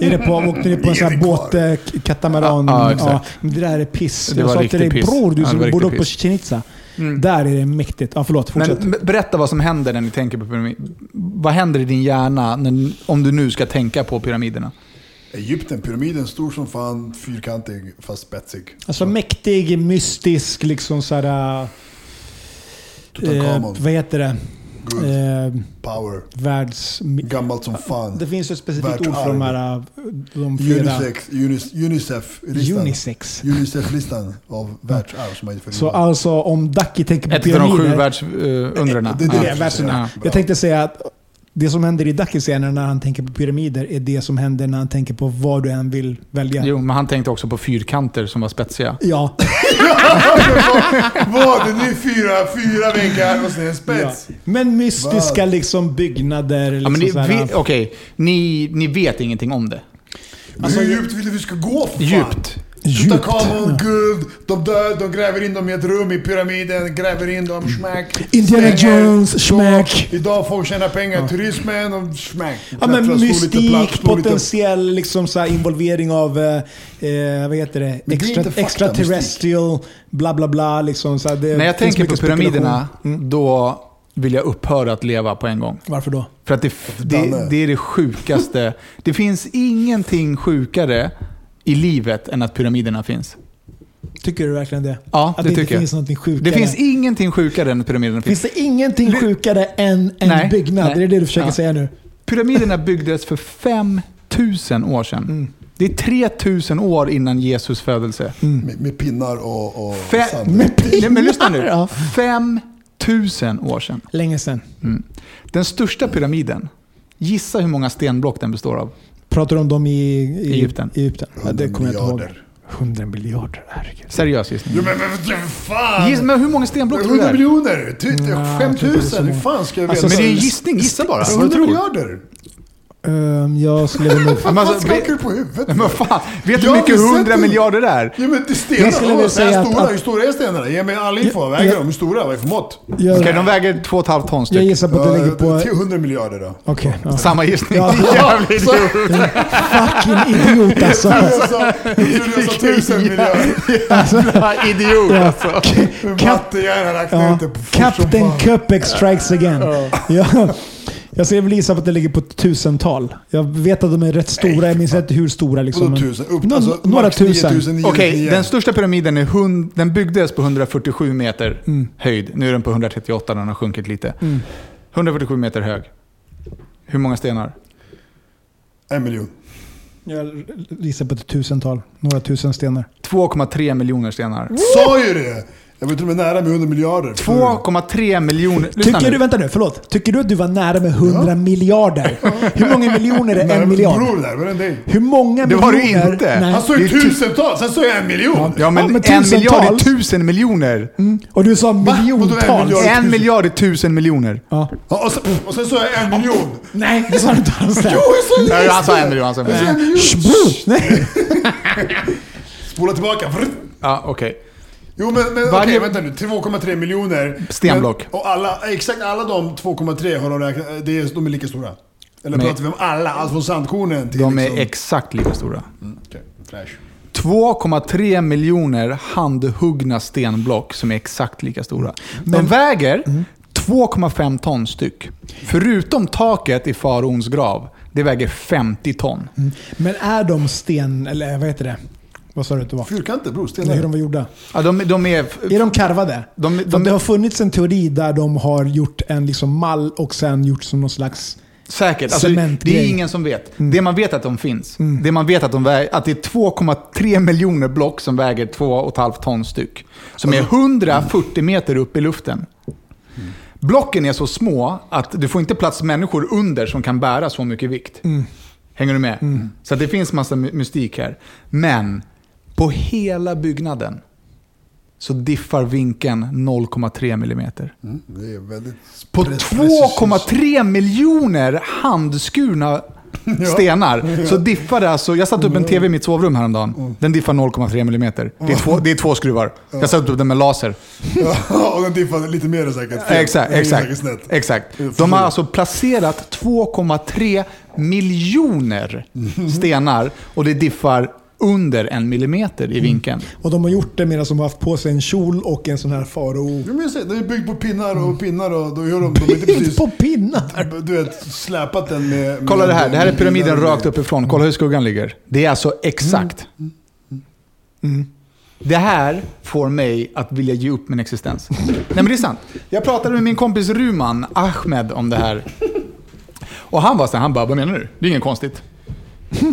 Speaker 2: Är det på, åkte ni på en sån här
Speaker 3: Erik var.
Speaker 2: båt, eh, k- katamaran?
Speaker 1: Ja, ja, exakt.
Speaker 2: men det där är piss.
Speaker 1: Det
Speaker 2: jag
Speaker 1: var
Speaker 2: sa till dig
Speaker 1: riktigt piss.
Speaker 2: bror, du
Speaker 1: Ja, det
Speaker 2: som
Speaker 1: var
Speaker 2: bodde
Speaker 1: riktigt
Speaker 2: på
Speaker 1: piss. Mm.
Speaker 2: Chichen Itza. Där är det mäktigt. Ja, förlåt. Fortsätt.
Speaker 1: Men b- berätta vad som händer när ni tänker på pyramider. Vad händer i din hjärna när, om du nu ska tänka på pyramiderna?
Speaker 3: Egypten, pyramiden stor som fan, fyrkantig fast spetsig.
Speaker 2: alltså mäktig, mystisk, liksom så här... Eh,
Speaker 3: Tutankhamon,
Speaker 2: vad heter det?
Speaker 3: Guld.
Speaker 2: Eh,
Speaker 3: power,
Speaker 2: världs...
Speaker 3: gammalt som fan.
Speaker 2: Det finns ju ett specifikt
Speaker 3: Världsarv.
Speaker 2: ord för de här... eh, De fyra...
Speaker 3: Unisex, unis, Unicef-listan.
Speaker 2: Unisex.
Speaker 3: Unicef-listan av världsarv som är för
Speaker 2: Så alltså om Ducky tänker på
Speaker 1: Ett av de sju
Speaker 2: pyramider...
Speaker 1: världsundrorna.
Speaker 3: Det är det
Speaker 2: Ja,
Speaker 3: jag försöker
Speaker 2: verkligen.
Speaker 3: säga. Bra.
Speaker 2: Jag tänkte säga att det som händer i Ducky-scenen när han tänker på pyramider är det som händer när han tänker på vad du än vill välja.
Speaker 1: Jo, men han tänkte också på fyrkanter som var spetsiga.
Speaker 2: Ja.
Speaker 3: Vad? Det är fyra, fyra väggar och sen en
Speaker 2: ja.
Speaker 3: spets.
Speaker 2: Men mystiska
Speaker 3: Vad?
Speaker 2: liksom byggnader.
Speaker 1: Ja,
Speaker 2: Liksom
Speaker 1: men ni,
Speaker 2: så här-
Speaker 1: vi, okej, ni, ni vet ingenting om det.
Speaker 2: Alltså,
Speaker 3: Hur djupt vill du vi ska gå för fan?
Speaker 1: Djupt.
Speaker 2: Djupt.
Speaker 3: Tutankhamon, guld, de dör, de gräver in dem i ett rum i pyramiden, gräver in dem, smack.
Speaker 2: Indiana
Speaker 3: stänger.
Speaker 2: Jones,
Speaker 3: Så,
Speaker 2: smack.
Speaker 3: Idag får vi tjäna pengar, turismen och smack.
Speaker 2: Ja, men
Speaker 3: Klättra, stå lite platt,
Speaker 2: mystik,
Speaker 3: stå lite-
Speaker 2: potentiell liksom så här involvering av eh, eh, vad heter det?
Speaker 3: det är
Speaker 2: Extra,
Speaker 3: inte fakta,
Speaker 2: extraterrestrial, bla bla bla. Liksom, så här, det
Speaker 1: När jag
Speaker 2: finns
Speaker 1: tänker på
Speaker 2: mycket
Speaker 1: pyramiderna,
Speaker 2: spekulation. Mm.
Speaker 1: då vill jag upphöra att leva på en gång.
Speaker 2: Varför då?
Speaker 1: För att det, det,
Speaker 3: Danne.
Speaker 1: det är det sjukaste. Det finns ingenting sjukare i livet än att pyramiderna finns.
Speaker 2: Tycker du verkligen det?
Speaker 1: Ja,
Speaker 2: Att
Speaker 1: det
Speaker 2: det inte
Speaker 1: tycker jag.
Speaker 2: finns någonting sjukare?
Speaker 1: Det finns ingenting sjukare än att pyramiderna finns.
Speaker 2: Finns det ingenting sjukare än en
Speaker 1: Nej,
Speaker 2: byggnad?
Speaker 1: nej.
Speaker 2: Det är det du försöker
Speaker 1: Ja.
Speaker 2: säga nu.
Speaker 1: Pyramiderna byggdes för 5000 år sedan. Det är 3000 år innan Jesus födelse.
Speaker 3: Med, med pinnar och, och
Speaker 1: Fe-
Speaker 3: sand.
Speaker 1: Nej, men lyssna nu.
Speaker 2: Ja.
Speaker 1: 5000 år sedan.
Speaker 2: Länge sedan.
Speaker 1: Den största pyramiden, gissa hur många stenblock den består av?
Speaker 2: Pratar du om dem i, i
Speaker 1: Egypten.
Speaker 2: Egypten. Ja, det kommer jag inte ihåg.
Speaker 3: Miljarder.
Speaker 2: 100 miljarder, herregud.
Speaker 1: Seriös gissning.
Speaker 3: Jo men vad fan!
Speaker 1: Giss, men hur många stenblock tror du
Speaker 3: 100
Speaker 1: det är?
Speaker 3: miljoner! Ty-
Speaker 2: Ja,
Speaker 3: 5
Speaker 2: typ
Speaker 3: 000!
Speaker 2: det är så
Speaker 3: Hur fan ska jag veta?
Speaker 2: Alltså,
Speaker 1: Men det är en
Speaker 2: St-
Speaker 1: gissning, gissa bara. Vad
Speaker 2: Alltså,
Speaker 1: du
Speaker 3: 100
Speaker 1: tror.
Speaker 3: miljarder!
Speaker 2: Ehm, jag skulle nog...
Speaker 1: Ja, men
Speaker 3: Vad
Speaker 1: alltså,
Speaker 3: fan
Speaker 1: vi-
Speaker 3: skakar du på huvudet?
Speaker 1: Men vad fan, vet du hur
Speaker 3: Jag
Speaker 1: mycket
Speaker 3: har sett
Speaker 1: 100
Speaker 3: det.
Speaker 1: miljarder det är?
Speaker 3: Ja men det är
Speaker 2: Jag skulle
Speaker 3: stenar.
Speaker 2: vilja
Speaker 3: Vad så här
Speaker 2: säga att-
Speaker 3: stora?
Speaker 2: att-
Speaker 3: Hur stora är stenarna? Ge mig all info. Vad
Speaker 2: Ja,
Speaker 3: väger
Speaker 2: ja.
Speaker 3: de? Hur stora? Vad är för mått?
Speaker 2: Jag,
Speaker 1: Okej, de väger 2,5 ton styck.
Speaker 2: jag gissar på att det ligger
Speaker 3: Ja,
Speaker 2: på...
Speaker 3: till 100 miljarder då.
Speaker 2: Okej. ja.
Speaker 1: Samma gissning.
Speaker 2: Ja.
Speaker 1: Jävligt
Speaker 3: Så-
Speaker 1: dumt.
Speaker 2: Fucking idiot alltså.
Speaker 3: Jag sa- jag trodde jag sa 1000 miljarder.
Speaker 1: Jävla idiot
Speaker 2: Ja.
Speaker 1: alltså.
Speaker 2: Kap-
Speaker 3: Mattehjärnan räknar
Speaker 2: ja.
Speaker 3: inte på fort som
Speaker 2: Captain
Speaker 3: fan.
Speaker 2: Köpek strikes again. Ja. Jag skulle väl gissa på att det ligger på tusental. Jag vet att de är rätt stora. Jag minns inte hur stora. Liksom,
Speaker 3: Vadå
Speaker 2: men-
Speaker 3: tusen? Upp,
Speaker 2: Nå-
Speaker 3: alltså,
Speaker 2: några
Speaker 3: max
Speaker 2: tusen.
Speaker 3: 9000,
Speaker 1: Okej,
Speaker 3: 99.
Speaker 1: den största pyramiden är hund, den byggdes på 147 meter
Speaker 2: Mm.
Speaker 1: höjd. Nu är den på 138, den har sjunkit lite. 147 meter hög. Hur många stenar?
Speaker 3: En miljon.
Speaker 2: Jag gissar på ett tusental. Några tusen stenar.
Speaker 1: 2,3 miljoner stenar.
Speaker 2: Mm.
Speaker 3: Sa ju det! Jag var till och med nära med 100 miljarder.
Speaker 1: 2,3 miljoner... Lyssna
Speaker 2: Tycker du,
Speaker 1: nu.
Speaker 2: vänta nu, förlåt. Tycker du att du var nära med 100 miljarder? Hur många miljoner är
Speaker 3: Nej,
Speaker 2: en
Speaker 3: men
Speaker 2: miljard?
Speaker 3: Bror där, var det dig?
Speaker 2: Hur många
Speaker 1: Det var
Speaker 2: miljoner?
Speaker 1: du inte. Alltså,
Speaker 2: Nej.
Speaker 3: Han sa
Speaker 1: Det
Speaker 3: ju
Speaker 1: är tu-
Speaker 3: tusentals, sen sa jag en miljon!
Speaker 1: Ja, men,
Speaker 2: Ja, men
Speaker 1: en
Speaker 2: tusentals. Mm.
Speaker 1: miljard är tusen miljoner.
Speaker 2: Och du sa
Speaker 3: Vadå en
Speaker 2: miljontals.
Speaker 3: miljard?
Speaker 1: En miljard är tusen miljoner.
Speaker 2: Ja.
Speaker 3: Ja, och, sen, och sen sa jag en miljon!
Speaker 2: Nej, det sa du inte alls. där.
Speaker 3: jag
Speaker 1: Nej, han sa en miljon. Han sa en
Speaker 3: Jag sa
Speaker 1: miljon.
Speaker 3: en miljon!
Speaker 2: Shbo! Nej.
Speaker 3: Spola tillbaka. Vrrt.
Speaker 1: Ja, okej.
Speaker 3: Jo men, men
Speaker 1: Varje-
Speaker 3: okej, vänta nu. 2,3 miljoner.
Speaker 1: Stenblock.
Speaker 3: Men, och alla, exakt alla de 2,3 har de räknat, eh, det är, de är lika stora. Eller
Speaker 1: Nej.
Speaker 3: pratar vi om alla? Allt från sandkornen till
Speaker 1: De är
Speaker 3: liksom...
Speaker 1: exakt lika stora.
Speaker 3: Okej, fräsch.
Speaker 1: 2,3 miljoner handhuggna stenblock som är exakt lika stora. De
Speaker 2: Men-
Speaker 1: väger 2,5 ton styck. Förutom taket i faraons grav, det väger 50 ton.
Speaker 2: Men är de sten... Eller vad heter det? Vad sa du att det var?
Speaker 3: Fyrkanter bror,
Speaker 2: Eller hur de
Speaker 3: stenar.
Speaker 2: var gjorda?
Speaker 1: Ja, de, de är...
Speaker 2: Är de karvade?
Speaker 1: De-
Speaker 2: För
Speaker 1: de-
Speaker 2: det har funnits en teori där de har gjort en liksom mall och sen gjort som någon slags...
Speaker 1: Säkert. Alltså, det är
Speaker 2: Cementgrej.
Speaker 1: ingen som vet. Det man vet att de finns. Det man vet att, de väger, att det är 2,3 miljoner block som väger 2,5 ton styck. Som är 140 meter upp i luften. Blocken är så små att du får inte plats människor under som kan bära så mycket vikt. Hänger du med? Så att det finns massa my- mystik här. Men på hela byggnaden så diffar vinkeln 0,3 millimeter.
Speaker 3: Mm, det är väldigt...
Speaker 1: På
Speaker 3: pre- precis.
Speaker 1: 2,3 miljoner handskurna stenar så diffar det alltså. Jag satte upp en tv i mitt sovrum
Speaker 3: Mm.
Speaker 1: häromdagen. Den diffar 0,3 millimeter. Det är två, det är två skruvar. Jag satte upp den med laser.
Speaker 3: Ja, och den diffade lite mer säkert. Fel.
Speaker 1: Exakt,
Speaker 3: Den gick
Speaker 1: exakt.
Speaker 3: säkert snett.
Speaker 1: exakt.
Speaker 3: Jag förstår
Speaker 1: De har
Speaker 3: det.
Speaker 1: alltså placerat 2,3 miljoner
Speaker 3: Mm.
Speaker 1: stenar och det diffar under en millimeter i vinkeln.
Speaker 2: Och de har gjort det medan de har haft på sig en kjol och en sån här faro...
Speaker 3: Jo, men jag säger, den är byggd på pinnar och pinnar och då gör de... de är inte precis,
Speaker 2: på pinnar!
Speaker 3: du vet, släpat den med... med
Speaker 1: Kolla det här. Det här är
Speaker 2: Mm.
Speaker 3: med
Speaker 1: pyramiden
Speaker 3: pinnar och
Speaker 1: rakt
Speaker 3: grejer.
Speaker 1: uppifrån. Kolla hur skuggan ligger. Det är alltså exakt.
Speaker 2: Mm.
Speaker 1: Mm. Det här får mig att vilja ge upp min existens. Nej men det är sant. Jag pratade med min kompis Ruman Ahmed om det här. Och han var så här, han bara, vad menar du? Det är inget konstigt.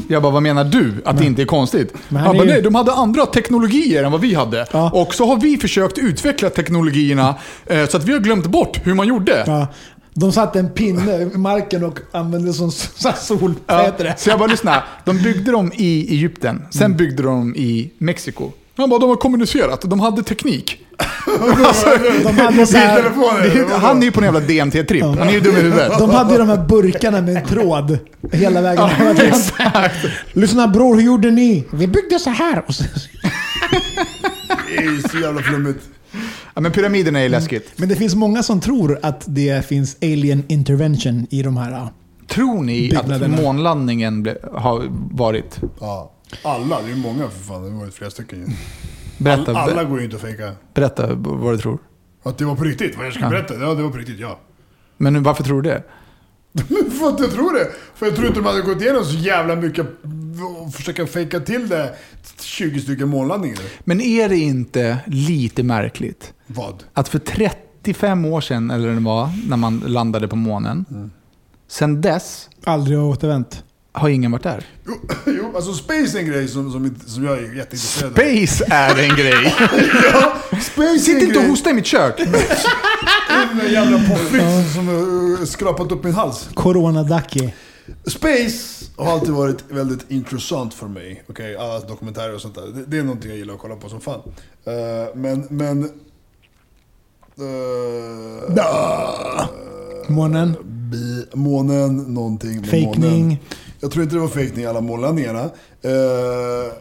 Speaker 1: Jag bara, vad menar du att det inte är konstigt?
Speaker 2: Men han
Speaker 1: han
Speaker 2: är
Speaker 1: bara,
Speaker 2: ju-
Speaker 1: nej, de hade andra teknologier än vad vi hade.
Speaker 2: Ja.
Speaker 1: Och så har vi försökt utveckla teknologierna eh, så att vi har glömt bort hur man gjorde.
Speaker 2: Ja. De satte en pinne i marken och använde det som som sol... Vad heter det?
Speaker 1: Så jag bara lyssna. De byggde dem i Egypten, sen byggde de dem i Mexiko. Han bara, de har kommunicerat, de hade teknik.
Speaker 2: De hade, så här,
Speaker 3: Mobiltelefoner,
Speaker 1: Det
Speaker 3: eller
Speaker 1: är,
Speaker 3: vadå?
Speaker 1: han är ju på en jävla DMT-tripp. Han är ju dum i huvudet.
Speaker 2: de hade ju de här burkarna med en tråd hela vägen
Speaker 1: Ja,
Speaker 2: fram.
Speaker 1: exakt.
Speaker 2: Lyssna bror, hur gjorde ni? Vi byggde så här. Och så,
Speaker 3: Det är ju så jävla flummigt.
Speaker 1: Ja, men pyramiderna är ju läskigt.
Speaker 2: men det finns många som tror att det finns alien intervention i de här. ja.
Speaker 1: Tror ni att
Speaker 2: Byggnaderna.
Speaker 1: månlandningen ble, har varit?
Speaker 3: Ja. Alla, det är ju många för fan. Det har varit flera stycken ju.
Speaker 1: Berätta,
Speaker 3: Alla går ju inte att fejka.
Speaker 1: berätta vad du tror.
Speaker 3: Att det var på riktigt? Vad jag ska berätta? Ja, det var på riktigt, ja.
Speaker 1: Men nu, varför tror du det?
Speaker 3: Men för att jag tror det. För jag tror inte de hade gått igenom så jävla mycket och försöka fejka till det 20 stycken månlandningar.
Speaker 1: Men är det inte lite märkligt
Speaker 3: Vad?
Speaker 1: att för 35 år sedan, eller när det var, när man landade på månen, sen dess
Speaker 2: Aldrig har återvänt.
Speaker 1: har ingen varit där.
Speaker 3: Jo, jo alltså space är en grej som, som, inte- som jag är jätteintresserad av.
Speaker 1: Space är en grej.
Speaker 3: Space är
Speaker 1: Sitt
Speaker 3: en
Speaker 1: inte och
Speaker 3: grej.
Speaker 1: hosta i mitt kök.
Speaker 3: Den jävla popfix som har eh, skrapat upp min hals.
Speaker 2: Corona-Ducky.
Speaker 3: Space har alltid varit väldigt intressant för mig. Okej, alla dokumentärer och sånt där. Det, det är någonting jag gillar att kolla på som fan. Eh, men, men... eh,
Speaker 2: Månen.
Speaker 3: bi, månen, någonting med
Speaker 2: Fejkning.
Speaker 3: månen. Jag tror inte det var fejkning i alla månlandningarna. Eh,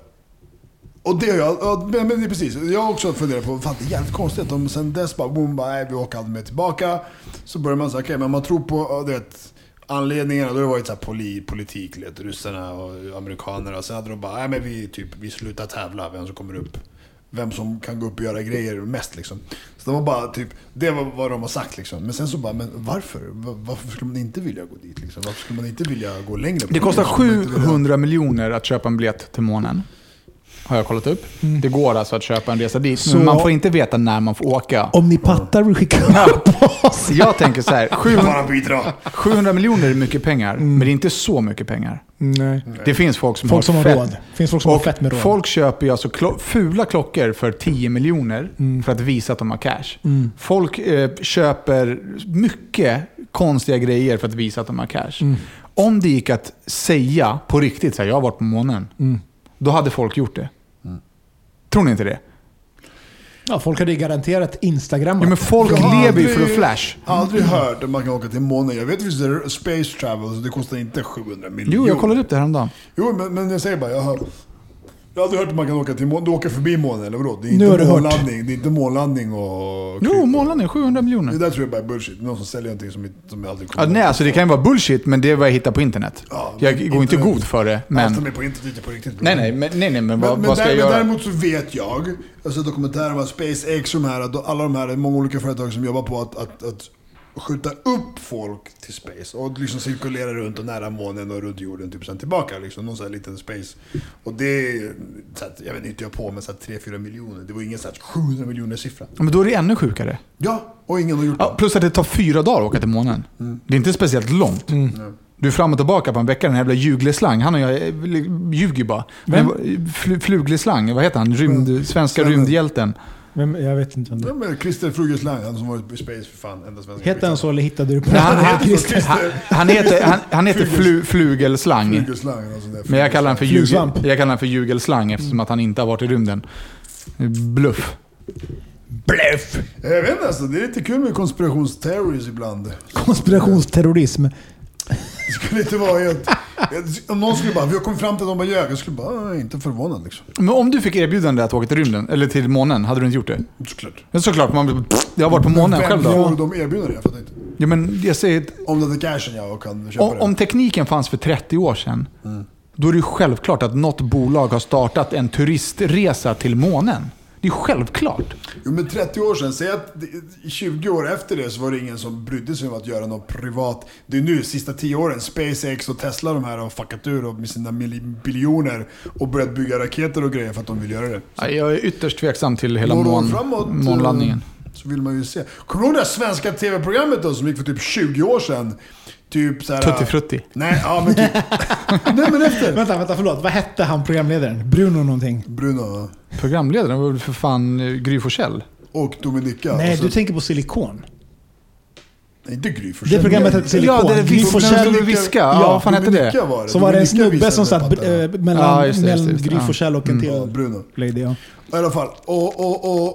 Speaker 3: och det har jag, ja, men men det är precis. Jag har också funderat på, fan det är jävligt konstigt att de sen dess bara, boom, bara, nej vi åker aldrig mer tillbaka. Så börjar man säga, okej men man tror på, ja, du vet, anledningarna, då har det varit så här poli, politik, du vet, ryssarna och amerikanerna. Sen hade de bara, nej men vi, typ, vi slutar tävla, vem som kommer upp. Vem som kan gå upp och göra grejer mest liksom. Så det var bara typ, det var vad de har sagt liksom. Men sen så bara, men varför? Va- Varför skulle man inte vilja gå dit liksom? Varför skulle man inte vilja gå längre?
Speaker 1: Det kostar 700 miljoner att köpa en biljett till månen. Har jag kollat upp. Det går alltså att köpa en resa dit,
Speaker 2: Så-
Speaker 1: men man får inte veta när man får åka.
Speaker 2: Om ni pattar vill skicka upp oss.
Speaker 1: Jag tänker så här, 700,
Speaker 3: Bara bidra!
Speaker 1: 700 miljoner är mycket pengar, men det är inte så mycket pengar.
Speaker 2: Nej.
Speaker 1: Det finns Mm. folk som
Speaker 2: Folk som
Speaker 1: har
Speaker 2: har
Speaker 1: fett.
Speaker 2: råd. Finns folk som har
Speaker 1: Och
Speaker 2: fett med råd.
Speaker 1: Folk köper ju alltså klo- fula klockor för 10 miljoner
Speaker 2: Mm.
Speaker 1: för att visa att de har cash. Folk eh, köper mycket konstiga grejer för att visa att de har cash.
Speaker 2: Mm.
Speaker 1: Om det gick att säga på riktigt så här, jag har varit på månen,
Speaker 2: Mm.
Speaker 1: då hade folk gjort det.
Speaker 3: Mm.
Speaker 1: Tror ni inte det?
Speaker 2: Ja, folk hade ju garanterat Instagram.
Speaker 1: Ja, men folk
Speaker 3: Jag har
Speaker 1: lever ju för att
Speaker 3: aldrig-
Speaker 1: flash.
Speaker 3: Aldrig hört att man kan åka till månen. Jag vet visst det är space travel, så det kostar inte 700 miljoner.
Speaker 1: Jo, jag kollade upp det häromdagen.
Speaker 3: Jo, men, men jag säger bara, jag har Jag har aldrig hört att man kan åka till månen. Du åker förbi månen eller vadå? Det är
Speaker 2: Nu har
Speaker 3: inte
Speaker 2: du hört.
Speaker 3: månlandning. Det är inte månlandning och...
Speaker 1: Jo,
Speaker 3: kryp.
Speaker 1: månlandning. 700 miljoner.
Speaker 3: Det där tror jag bara är bullshit. Någon som säljer någonting som, inte- som jag aldrig
Speaker 1: Ja,
Speaker 3: kommer
Speaker 1: nej, alltså det kan ju vara bullshit, men det är vad jag hittar på internet.
Speaker 3: Ja, men
Speaker 1: jag går inte
Speaker 3: internet-
Speaker 1: god för det, men...
Speaker 3: Fast de är på internet inte på riktigt.
Speaker 1: Nej, nej, men, nej, nej, men,
Speaker 3: Men,
Speaker 1: vad,
Speaker 3: men,
Speaker 1: vad ska
Speaker 3: där,
Speaker 1: jag
Speaker 3: men
Speaker 1: göra?
Speaker 3: däremot så vet jag, jag ser dokumentärer om att SpaceX och de här, att alla de här, det är många olika företag som jobbar på att, att, att skjuta upp folk till space och liksom cirkulera runt och nära månen och runt jorden typ sen tillbaka liksom. Någon sån här liten space. Och det är, så att, jag vet inte jag på men så här 3-4 miljoner. Det var ingen så här 700 miljoner siffra.
Speaker 1: Ja, Men då är det ännu sjukare.
Speaker 3: Ja, och ingen har gjort
Speaker 1: Ja,
Speaker 3: det.
Speaker 1: plus att det tar fyra dagar att åka till månen. Det är inte speciellt långt. Du är fram och tillbaka på en vecka, den här jävla Jugleslang. Han och jag eh, ljuger ju bara.
Speaker 2: Vem?
Speaker 1: Men, eh, fl, flugleslang, vad heter han? Rymd, Mm. svenska
Speaker 3: Svennen.
Speaker 1: rymdhjälten.
Speaker 2: Men jag vet inte vem det
Speaker 3: Ja,
Speaker 2: är.
Speaker 3: men Christer Frugeslang, han som varit i space för fan. Enda svenska
Speaker 2: Hette han så eller hittade du på
Speaker 1: Nej, han, han,
Speaker 3: Christer.
Speaker 1: han, han heter, han, han heter flu, Flugelslang.
Speaker 3: Frugeslang alltså eller något sånt där.
Speaker 1: Men jag kallar, han för ljugel,
Speaker 2: Flugsvamp.
Speaker 1: jag kallar han för jugelslang eftersom att han inte har varit i rymden. Bluff.
Speaker 2: Bluff!
Speaker 3: Jag vet inte alltså, det är lite kul med konspirationsteories ibland.
Speaker 2: Konspirationsterrorism.
Speaker 3: Det skulle inte vara helt... Om någon skulle bara, vi har kommit fram till att de bara ljög. Jag skulle bara, "Ah, jag är inte förvånad liksom.
Speaker 1: Men om du fick erbjudande att åka till rymden, eller till månen, hade du inte gjort det?
Speaker 3: Såklart.
Speaker 1: Men såklart, man, blir- jag har varit på månen själv
Speaker 3: får
Speaker 1: då.
Speaker 3: de erbjuder det? Jag fattar inte.
Speaker 1: Ja, men jag säger, att
Speaker 3: Om det hade cashen ja, och kan köpa
Speaker 1: om, om
Speaker 3: det.
Speaker 1: tekniken fanns för 30 år sedan, då är det ju självklart att något bolag har startat en turistresa till månen. Det är självklart.
Speaker 3: Jo men 30 år sedan, säg att det- 20 år efter det så var det ingen som brydde sig om att göra något privat. Det är nu, sista 10 åren, SpaceX och Tesla de här har fuckat ur och med sina mil- biljoner och börjat bygga raketer och grejer för att de vill göra det.
Speaker 1: Nej, Jag är ytterst tveksam till hela
Speaker 3: Några år
Speaker 1: mån,
Speaker 3: framåt,
Speaker 1: månlandningen.
Speaker 3: eh, Så vill man ju se. Kommer du ihåg det där svenska tv-programmet då som gick för typ 20 år sedan? Typ såhär...
Speaker 1: Tutti Frutti.
Speaker 3: Nej, ja men typ... Nej men efter.
Speaker 2: Vänta, vänta, förlåt. Vad hette han programledaren? Bruno någonting?
Speaker 3: Bruno
Speaker 1: Programledaren var väl för fan eh, Gry Forssell?
Speaker 3: och Dominika.
Speaker 2: Nej,
Speaker 3: och så-
Speaker 2: du tänker på silikon.
Speaker 3: Nej, inte Gry Forssell.
Speaker 2: Det programmet hette Silikon.
Speaker 1: Ja, det är
Speaker 2: Gry
Speaker 1: Gry Forssell
Speaker 2: Forssell-
Speaker 1: skulle viska. Ja,
Speaker 2: Ja,
Speaker 1: vad fan hette det?
Speaker 3: Dominika var det.
Speaker 2: Så var det en
Speaker 3: Dominika
Speaker 2: snubbe
Speaker 3: visade
Speaker 2: som satt
Speaker 3: pappan där.
Speaker 2: eh, mellan,
Speaker 1: Ja, just det, just det,
Speaker 2: mellan
Speaker 1: just det.
Speaker 2: Gry
Speaker 1: Ja.
Speaker 2: Forssell och en till
Speaker 3: Mm. Ja, Bruno.
Speaker 2: lady. Ja.
Speaker 3: I alla fall. Och, och, och...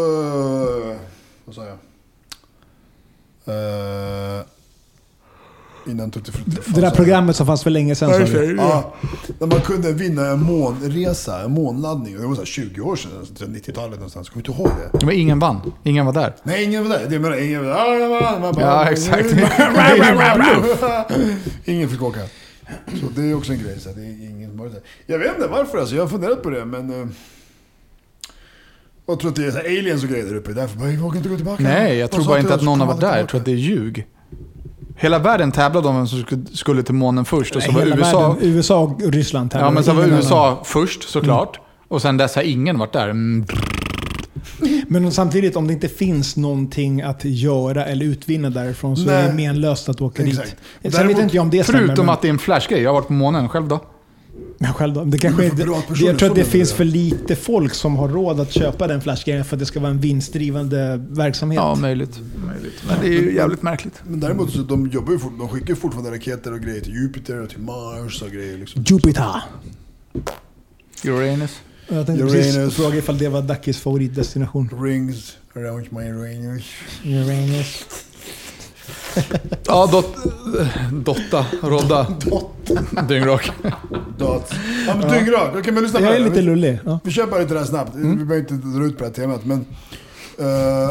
Speaker 3: eh, vad sa jag? Eh, innan Tutti Frutti. Fan,
Speaker 2: Det där
Speaker 3: sa jag.
Speaker 2: programmet som fanns för länge sedan sa du.
Speaker 3: Ja, när man kunde vinna en månresa, en månladdning. Det var så här 20 år sedan, alltså 90-talet någonstans. Kommer du inte ihåg det?
Speaker 1: Men ingen vann. Ingen var där.
Speaker 3: Nej, ingen var där. Det menar, ingen var där.
Speaker 1: Ja, exakt. Det är ju
Speaker 3: ingen fick åka. Så det är också en grej. Så det är ingen som har varit där. Jag vet inte varför alltså. Jag har funderat på det, men... eh, Jag tror att det är så här aliens och grejer där uppe. Därför bara, vi vågar inte gå tillbaka.
Speaker 1: Nej, jag
Speaker 3: Och
Speaker 1: tror
Speaker 3: så
Speaker 1: bara
Speaker 3: att
Speaker 1: inte
Speaker 3: jag
Speaker 1: att någon har
Speaker 3: kommer
Speaker 1: varit där. Jag
Speaker 3: tillbaka.
Speaker 1: tror att det är ljug. Hela världen tävlade om vem som skulle- skulle till månen först och så var
Speaker 2: Hela
Speaker 1: USA...
Speaker 2: världen, USA och Ryssland.
Speaker 1: Ja, men så var
Speaker 2: Ingen
Speaker 1: USA först såklart. Och sen dess har ingen varit där. Mm.
Speaker 2: Men samtidigt, om det inte finns någonting att göra eller utvinna därifrån så
Speaker 3: Nej.
Speaker 2: är det menlöst att åka
Speaker 3: Exakt.
Speaker 2: dit. Sen
Speaker 3: Däremot-
Speaker 2: vet inte jag om det stämmer.
Speaker 1: Förutom
Speaker 2: men-
Speaker 1: att det är en flashgrej. Jag har varit på månen själv då.
Speaker 2: Men själv då, det kanske
Speaker 3: Men för
Speaker 2: är,
Speaker 3: privat
Speaker 2: det,
Speaker 3: person,
Speaker 2: jag tror att
Speaker 3: så
Speaker 2: det
Speaker 3: menar
Speaker 2: finns
Speaker 3: jag.
Speaker 2: för lite folk som har råd att köpa den flashgrejen för att det ska vara en vinstdrivande verksamhet.
Speaker 1: Ja, möjligt. möjligt. Men det är ju jävligt märkligt.
Speaker 3: Men däremot så de jobbar ju fort, de skickar ju fortfarande raketer och grejer till Jupiter och till Mars och grejer liksom.
Speaker 2: Jupiter.
Speaker 1: Uranus.
Speaker 2: Jag tänkte
Speaker 3: Uranus.
Speaker 2: precis fråga ifall det var Dackis favoritdestination.
Speaker 3: Rings around my Uranus.
Speaker 2: Uranus.
Speaker 1: Ja, dot, eh, Dotta. Rodda. Dotta. Dyngrak.
Speaker 3: Dot. Ja men dyngrak, okej men lyssna på
Speaker 2: Uh, Jag
Speaker 3: det.
Speaker 2: är lite
Speaker 3: Vi-
Speaker 2: lullig. Ja.
Speaker 3: Vi kör bara lite där snabbt.
Speaker 2: Mm.
Speaker 3: Vi behöver inte dra ut på det här temat. Men, eh,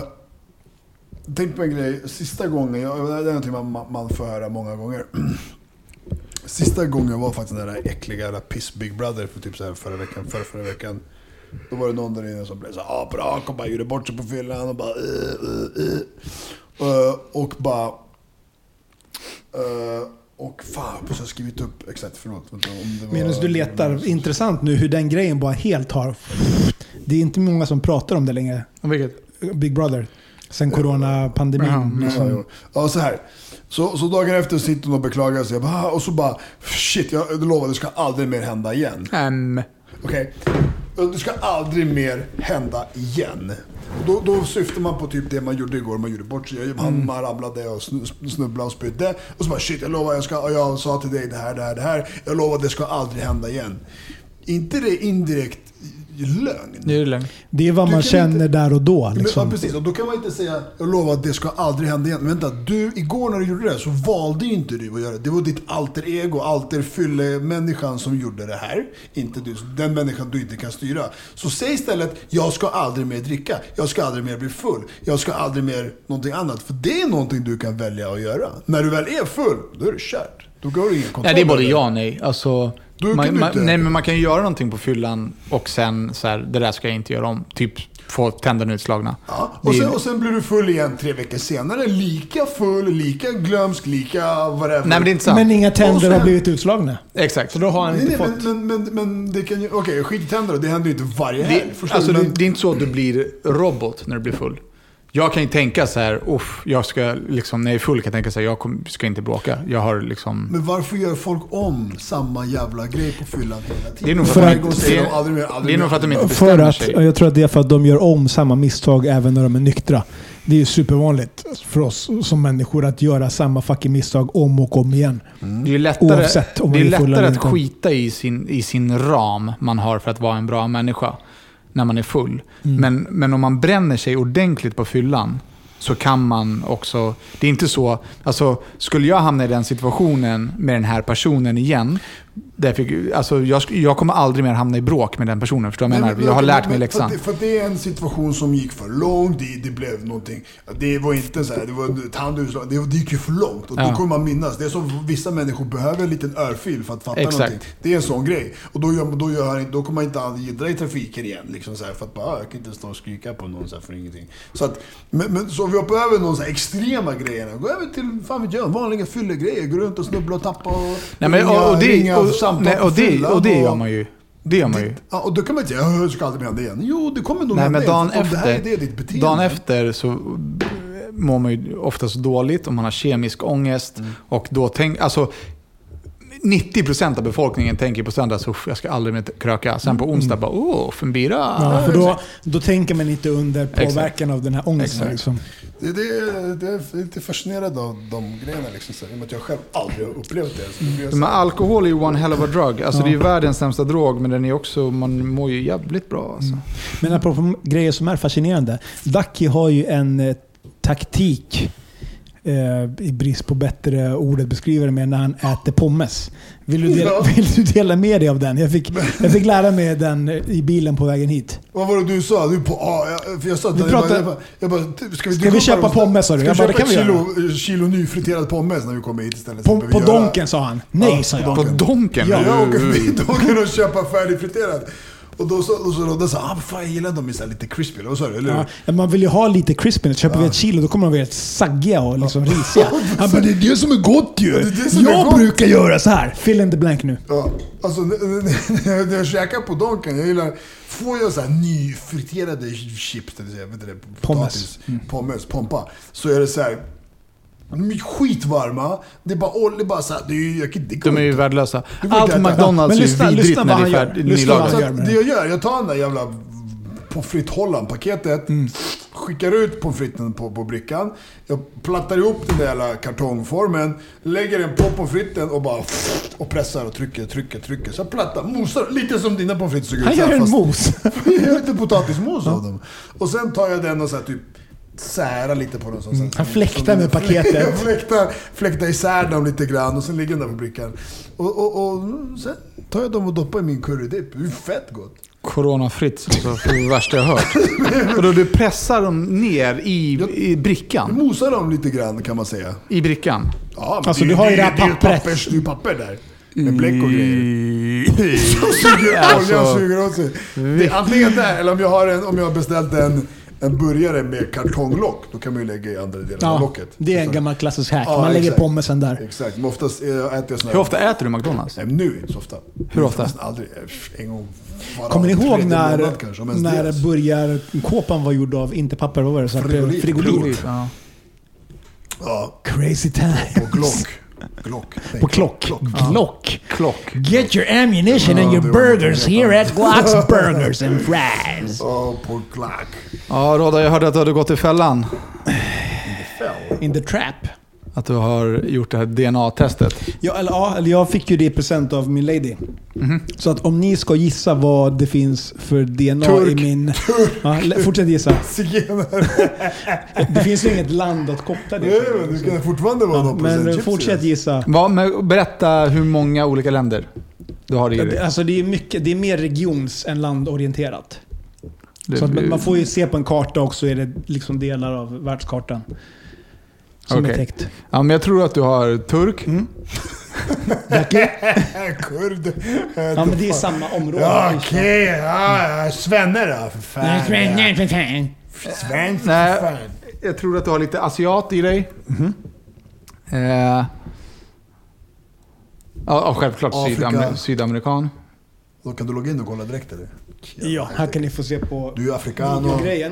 Speaker 3: tänk på en grej. Sista gången, jag, det här är någonting man, man får höra många gånger. Sista gången var faktiskt den där äckliga jävla piss Big Brother för typ så här förra veckan, förra, förra veckan. Då var det någon där inne som blev så här "Ah, bra och bara gjorde bort sig på fyllan och bara eh, eh, eh." Eh, Och bara... eh, och fan, jag har skrivit upp exakt, förlåt. vänta, om det var-
Speaker 2: Medan du letar, intressant nu hur den grejen bara helt har... Det är inte många som pratar om det längre.
Speaker 1: Vilket?
Speaker 2: Big Brother. Sen coronapandemin.
Speaker 1: Ja,
Speaker 2: liksom.
Speaker 3: Ja, ja, så här. Så, så dagen efter sitter hon och beklagar sig. Jag bara, "Ah", och så bara, shit, jag jag lovar det ska aldrig mer hända igen.
Speaker 1: Mm.
Speaker 3: Okej? Det ska aldrig mer hända igen. Och Då, då syftar man på typ det man gjorde igår, man gjorde bort sig. Jag- Man, man ramlade och snu- snubblade och spydde. Och så bara, shit, jag lovar, jag, ska, jag sa till dig det här, det här, det här. Jag lovar, det ska aldrig hända igen. inte det indirekt lögn.
Speaker 1: Nu är det lögn.
Speaker 2: Det är vad
Speaker 3: Du
Speaker 2: man
Speaker 3: kan
Speaker 2: känner
Speaker 3: inte-
Speaker 2: där och då.
Speaker 3: Men,
Speaker 2: Liksom.
Speaker 3: ja, precis, och då kan man inte säga jag lovar att det ska aldrig hända igen. Vänta, du, igår när du gjorde det här så valde ju inte du att göra det. Det var ditt alter ego, alter fylle människan som gjorde det här. Inte du, den människan du inte kan styra. Så säg istället, jag ska aldrig mer dricka. Jag ska aldrig mer bli full. Jag ska aldrig mer någonting annat. För det är någonting du kan välja att göra. När du väl är full, då är det kört. Då går du ingen kontroll
Speaker 1: Nej, det är både
Speaker 3: över
Speaker 1: ja och nej. Alltså,
Speaker 3: Då kan
Speaker 1: man,
Speaker 3: du
Speaker 1: man,
Speaker 3: inte-
Speaker 1: nej, men man kan ju göra någonting på fyllan och sen så här, det där ska jag inte göra om. Typ få tänderna utslagna.
Speaker 3: Ja,
Speaker 1: Det är
Speaker 3: och,
Speaker 1: ju-
Speaker 3: sen, och sen blir du full igen tre veckor senare. Lika full, lika glömsk, lika whatever.
Speaker 1: nej, men det är inte sant.
Speaker 2: Men inga
Speaker 3: Och
Speaker 2: tänder
Speaker 3: sen-
Speaker 2: har blivit utslagna.
Speaker 1: Exakt.
Speaker 2: Så då har han
Speaker 3: Nej,
Speaker 2: inte
Speaker 3: nej,
Speaker 2: fått.
Speaker 3: men, men, men, men det kan ju... Okej, skittänder då. Det händer ju inte varje helg.
Speaker 1: Det,
Speaker 3: Förstår
Speaker 1: alltså,
Speaker 3: du?
Speaker 1: det,
Speaker 3: Men,
Speaker 1: det är inte så att du blir robot när du blir full. Jag kan ju tänka så här, uff, jag ska liksom, när jag är full kan jag tänka så här, jag kom, ska inte bråka. Jag har liksom...
Speaker 3: men varför gör folk om samma jävla grej på fyllan hela tiden?
Speaker 1: Det är nog för,
Speaker 2: För
Speaker 1: att,
Speaker 2: att-
Speaker 1: de- det,
Speaker 3: de aldrig mer, aldrig
Speaker 1: det är nog för att de
Speaker 3: mer.
Speaker 1: inte bestämmer
Speaker 2: För att,
Speaker 1: sig.
Speaker 2: jag tror att det är för att de gör om samma misstag även när de är nyktra. Det är ju supervanligt för oss som människor att göra samma fucking misstag om och om igen.
Speaker 1: Det är ju lättare,
Speaker 2: Oavsett om
Speaker 1: det är
Speaker 2: man är full
Speaker 1: lättare
Speaker 2: eller
Speaker 1: att
Speaker 2: inte.
Speaker 1: skita i sin, i sin ram man har för att vara en bra människa när man är full.
Speaker 3: Mm.
Speaker 1: Men, men om man bränner sig ordentligt på fyllan så kan man också... Det är inte så... Alltså, skulle jag hamna i den situationen med den här personen igen, där jag, fick, alltså, jag, sk- jag kommer aldrig mer hamna i bråk med den personen. Förstår du vad jag
Speaker 3: Nej,
Speaker 1: menar?
Speaker 3: men-
Speaker 1: jag har lärt
Speaker 3: men- men-
Speaker 1: mig
Speaker 3: för
Speaker 1: läxan.
Speaker 3: att det- För att det är en situation som gick för långt, det, det blev någonting. Det var inte så här, det var ett handutslag, det, det gick ju för långt. Och
Speaker 1: Ja.
Speaker 3: då kommer man minnas. Det är som vissa människor behöver en liten örfil för att fatta
Speaker 1: Exakt.
Speaker 3: någonting. Det är en sån grej. Och då, gör, då, gör, då kommer man inte att gidra i trafiken igen. Liksom så här, för att bara, "Ah, jag kan inte stå och skrika på någon så här för ingenting. Så, att, men, men, så vi hoppar över någon så här extrema grejer. Gå över till, fan vet jag, vanliga fyllegrejer. Gå runt och snubbla och tappa och
Speaker 1: Nej, men, och, och, det,
Speaker 3: ringa
Speaker 1: och,
Speaker 3: samtal
Speaker 1: nej,
Speaker 3: på
Speaker 1: och, det,
Speaker 3: fyllan
Speaker 1: och det
Speaker 3: och-
Speaker 1: gör man ju. Det gör man ju.
Speaker 3: Ja, och då kan man inte säga "Åh, det ska aldrig hända igen. Jo, det kommer nog
Speaker 1: Nej,
Speaker 3: hända
Speaker 1: men
Speaker 3: igen,
Speaker 1: dagen
Speaker 3: för att
Speaker 1: efter,
Speaker 3: Om det här är det ditt beteende.
Speaker 1: dagen efter så mår man ju oftast dåligt om man har kemisk ångest.
Speaker 2: Mm.
Speaker 1: Och då tänk, alltså, 90% av befolkningen tänker på söndag så "Uff, jag ska aldrig mer kröka. Sen på onsdag bara åh, en bira.
Speaker 2: Mm. Ja, för då, då tänker man inte under
Speaker 1: Exakt.
Speaker 2: påverkan av den här ångesten.
Speaker 1: Exakt.
Speaker 2: Liksom.
Speaker 3: Det, det, det är lite fascinerad av de grejerna liksom. Så, I och med att jag själv aldrig har upplevt det. Så det blir jag så-
Speaker 1: Men alkohol är ju one hell of a drug. Alltså, Det är ju världens sämsta drog, men den är också, man mår ju jävligt bra. Alltså.
Speaker 2: Mm. Men apropå grejer som är fascinerande. Ducky har ju en eh, taktik, eh, i brist på bättre ord att beskriva det med, när han äter pommes. Vill du dela,
Speaker 3: Ja.
Speaker 2: vill du dela med dig av den? Jag fick, jag fick lära mig den eh, i bilen på vägen hit.
Speaker 3: Vad var det du sa? Du på, ah, jag, för jag sa att
Speaker 2: Vi
Speaker 3: jag bara-
Speaker 2: pratar-
Speaker 3: jag bara, jag bara, "Typ, ska vi,
Speaker 2: Ska
Speaker 3: dyka
Speaker 2: vi
Speaker 3: upp
Speaker 2: köpa
Speaker 3: här och-
Speaker 2: pommes, sa du?
Speaker 3: Ska
Speaker 2: Jag
Speaker 3: vi
Speaker 2: bara,
Speaker 3: köpa
Speaker 2: det kan vi
Speaker 3: ett kilo, kilo nyfriterad pommes när vi kommer hit istället? så
Speaker 2: På,
Speaker 3: behöver
Speaker 2: på
Speaker 3: vi göra-
Speaker 2: Donken sa han. Nej,
Speaker 3: Ja,
Speaker 2: sa
Speaker 3: på
Speaker 2: jag.
Speaker 1: På Donken?
Speaker 3: Ja, jag åker
Speaker 1: Uh.
Speaker 3: dit och åker och köper färdigfriterad. Och då sa då sa Rodde så här, ah, fan jag gillar dem i så här lite crispy, eller vad sa du? Eller hur?
Speaker 2: Ja, men man vill ju ha lite crispiness. Köper vi ett kilo då kommer de vara helt saggiga och liksom risiga. Han bara, det är det som är gott ju.
Speaker 3: det är det som är
Speaker 2: jag
Speaker 3: gott."
Speaker 2: brukar göra så här. Fill in the blank nu.
Speaker 3: Ja, alltså n- n- när jag käkar på Donken, jag gillar... Får jag så här nyfriterade chips, det vill säga, vet du det, potatis, Mm. pommes, pompa, så är det så här de är skitvarma. Det är bara olja, bara så här, det är ju, jag kan inte
Speaker 1: De är ju värdelösa.
Speaker 3: Du får
Speaker 1: Allt
Speaker 3: inte äta.
Speaker 1: McDonalds
Speaker 2: Ja, men
Speaker 1: är ju
Speaker 2: lyssna-
Speaker 1: vidrigt
Speaker 2: lyssna
Speaker 1: när
Speaker 2: vad
Speaker 1: det är
Speaker 2: han gör.
Speaker 1: färdigt.
Speaker 2: Lyssna vad han
Speaker 1: nylagat.
Speaker 3: Så
Speaker 2: gör med
Speaker 3: att det jag gör, jag tar den där jävla på fritt Holland-paketet,
Speaker 2: Mm.
Speaker 3: skickar ut pommes fritesen på, på brickan. Jag plattar ihop den där jävla kartongformen, lägger den på pommes fritesen och bara och pressar och trycker, trycker, trycker. Så jag plattar, mosar, lite som dina pommes frites såg ut.
Speaker 2: Han
Speaker 3: så här,
Speaker 2: gör en
Speaker 3: fast-
Speaker 2: mos.
Speaker 3: jag gör lite potatismos av dem. Och sen tar jag den och så här, typ särar lite på den. Så, så,
Speaker 2: Mm. Han fläktar med
Speaker 3: Jag
Speaker 2: paketet.
Speaker 3: fläktar, fläktar isär dem lite grann och sen ligger den där på brickan. Och, och, och sen tar jag dem och doppar i min currydipp. Det är fett gott.
Speaker 1: Coronafritt, alltså, för det värsta jag hört. Och då du pressar dem ner i, i brickan?
Speaker 3: Mosar dem lite grann kan man säga.
Speaker 1: I brickan?
Speaker 3: Ja, men
Speaker 2: Alltså,
Speaker 3: är-
Speaker 2: du har ju det här
Speaker 3: är- är
Speaker 2: pappret.
Speaker 3: pappers- Det är ju papper där. Med bläck och grejer.
Speaker 1: Alltså,
Speaker 3: Suger, oljan suger åt sig. Det är antingen där, eller om jag har, en, om jag har beställt en, en burgare med kartonglock. Då kan man ju lägga i andra delen av
Speaker 2: Ja,
Speaker 3: locket.
Speaker 2: det är en
Speaker 3: Så-
Speaker 2: gammal klassisk hack.
Speaker 3: Ja,
Speaker 2: Man lägger
Speaker 3: exakt.
Speaker 2: pommesen där.
Speaker 3: Exakt, men oftast eh, äter jag såna
Speaker 1: Hur ofta äter du McDonalds?
Speaker 3: Nej, men nu är det inte så ofta.
Speaker 1: Hur ofta?
Speaker 3: Nästan aldrig. Eh, En gång varann
Speaker 2: Kommer ni ihåg
Speaker 3: tredje
Speaker 2: när,
Speaker 3: månad kanske, om ens det.
Speaker 2: när burgarkåpan var gjord av, inte papper, vad var det? typ Så här,
Speaker 3: Frigolit.
Speaker 2: Frigolit.
Speaker 1: Ja.
Speaker 3: Ja,
Speaker 2: Crazy time.
Speaker 3: på Glock. Glock. Nej,
Speaker 2: På klock. Glock.
Speaker 1: Klock.
Speaker 2: Get your ammunition and your burgers here at Glocks Burgers and Fries.
Speaker 3: Ja, på Glock.
Speaker 1: Ja, Rodda, jag hörde att du hade gått i fällan.
Speaker 2: In the trap.
Speaker 1: Att du har gjort det här DNA-testet.
Speaker 2: Ja, eller, ja, eller jag fick ju det i present av min lady.
Speaker 3: Mhm.
Speaker 2: Så att om ni ska gissa vad det finns för DNA
Speaker 3: Turk.
Speaker 2: i min... Ja, lä- fortsätt gissa.
Speaker 3: Zigenare.
Speaker 2: Det finns ju inget land att koppla det
Speaker 3: Nej, men
Speaker 2: till.
Speaker 3: Du kan fortfarande vara någon procent
Speaker 2: Men
Speaker 3: chips
Speaker 2: fortsätt
Speaker 3: i den.
Speaker 2: gissa.
Speaker 1: Vad, men berätta hur många olika länder du har det i
Speaker 2: Ja, det-
Speaker 1: dig.
Speaker 2: Alltså det är, mycket, det är mer regions än landorienterat.
Speaker 1: Det-
Speaker 2: Så att man, man får ju se på en karta också är det liksom delar av världskartan. Som
Speaker 1: Okej.
Speaker 2: är täckt.
Speaker 1: Ja, men jag tror att du har turk.
Speaker 2: Mm.
Speaker 3: Kurd.
Speaker 2: Ja, men det är samma område.
Speaker 3: Ja, Okej, ja, ja. svenne då för fan. Svensk
Speaker 1: Nej.
Speaker 3: för fan.
Speaker 1: Jag tror att du har lite asiat i dig. Eh, ja, ja, självklart
Speaker 3: Afrika.
Speaker 1: sydamer- sydamerikan.
Speaker 3: Då kan du logga in och kolla direkt eller?
Speaker 2: Ja, här kan ni få se på
Speaker 3: Du är afrikano.
Speaker 2: grejen.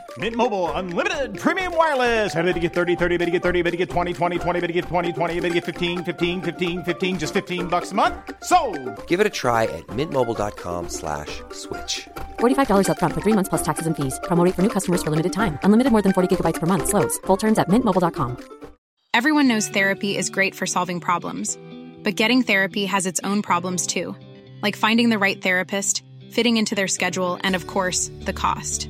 Speaker 4: Mint Mobile unlimited premium wireless. Ready to get 30, 30, bet you get 30, bet you get 20, 20, 20, bet you get 20, 20, bet you get 15, 15, 15, 15 just 15 bucks a month. So,
Speaker 5: Give it a try at mintmobile.com slash switch.
Speaker 6: $45 up front for three months plus taxes and fees. Promo rate for new customers for limited time. Unlimited more than 40 gigabytes per month. Slows. Full terms at mintmobile.com.
Speaker 7: Everyone knows therapy is great for solving problems, but getting therapy has its own problems too, like finding the right therapist, fitting into their schedule, and of course, the cost.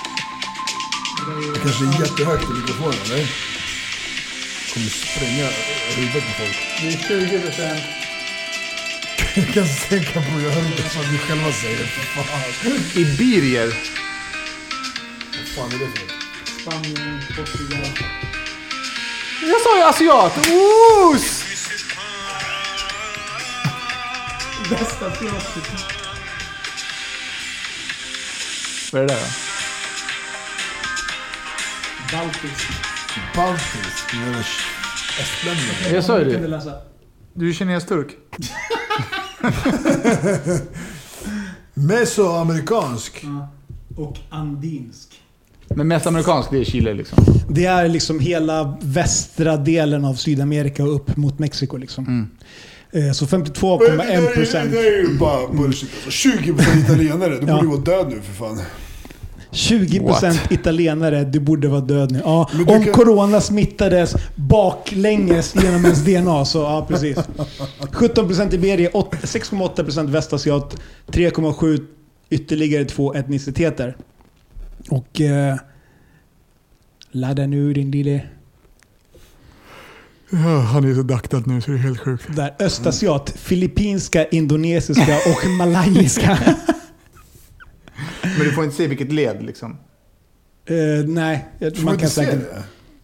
Speaker 3: Det kanske är jättehögt i mikrofonen eller? Kommer spränga huvudet på folk.
Speaker 2: Det är 20 procent.
Speaker 3: Jag kan tänka på jag hör inte ens vad ni själva säger. För fan.
Speaker 1: Iberier.
Speaker 3: Vad fan är det för något?
Speaker 2: Spanien, Portugal.
Speaker 1: Jag sa ju asiat! Oos!
Speaker 2: Bästa teatern.
Speaker 1: Vad är det där då?
Speaker 2: Baltisk.
Speaker 3: Baltisk? Jävla estlänningar.
Speaker 1: Jag sa ju
Speaker 2: Kan
Speaker 1: det.
Speaker 2: du läsa?
Speaker 1: Du är kines-turk.
Speaker 3: Mesoamerikansk?
Speaker 2: Och andinsk.
Speaker 1: Men mest amerikansk, det är Chile liksom.
Speaker 2: Det är liksom hela västra delen av Sydamerika och upp mot Mexiko. Liksom. Eh, Så 52,1 procent.
Speaker 3: Det där är ju bara bullshit. Alltså, 20% italienare.
Speaker 2: Ja.
Speaker 3: Du borde ju vara död nu för fan.
Speaker 2: 20%
Speaker 1: What?
Speaker 2: italienare, du borde vara död nu. Ja,
Speaker 3: Men du
Speaker 2: om
Speaker 3: kan-
Speaker 2: corona smittades baklänges genom ens DNA så ja, precis. 17% iberier, åt- 6,8% västasiat, 3,7% ytterligare två etniciteter. Och... Eh, ladda nu din lille...
Speaker 1: Han är så daktad nu så det är helt sjukt.
Speaker 2: Där, östasiat,
Speaker 3: Mm.
Speaker 2: filippinska, indonesiska och malayiska.
Speaker 1: Men du får inte se vilket led liksom.
Speaker 2: Eh, nej,
Speaker 3: Får
Speaker 2: man
Speaker 3: inte
Speaker 2: kan,
Speaker 3: se
Speaker 2: säkert,
Speaker 3: det?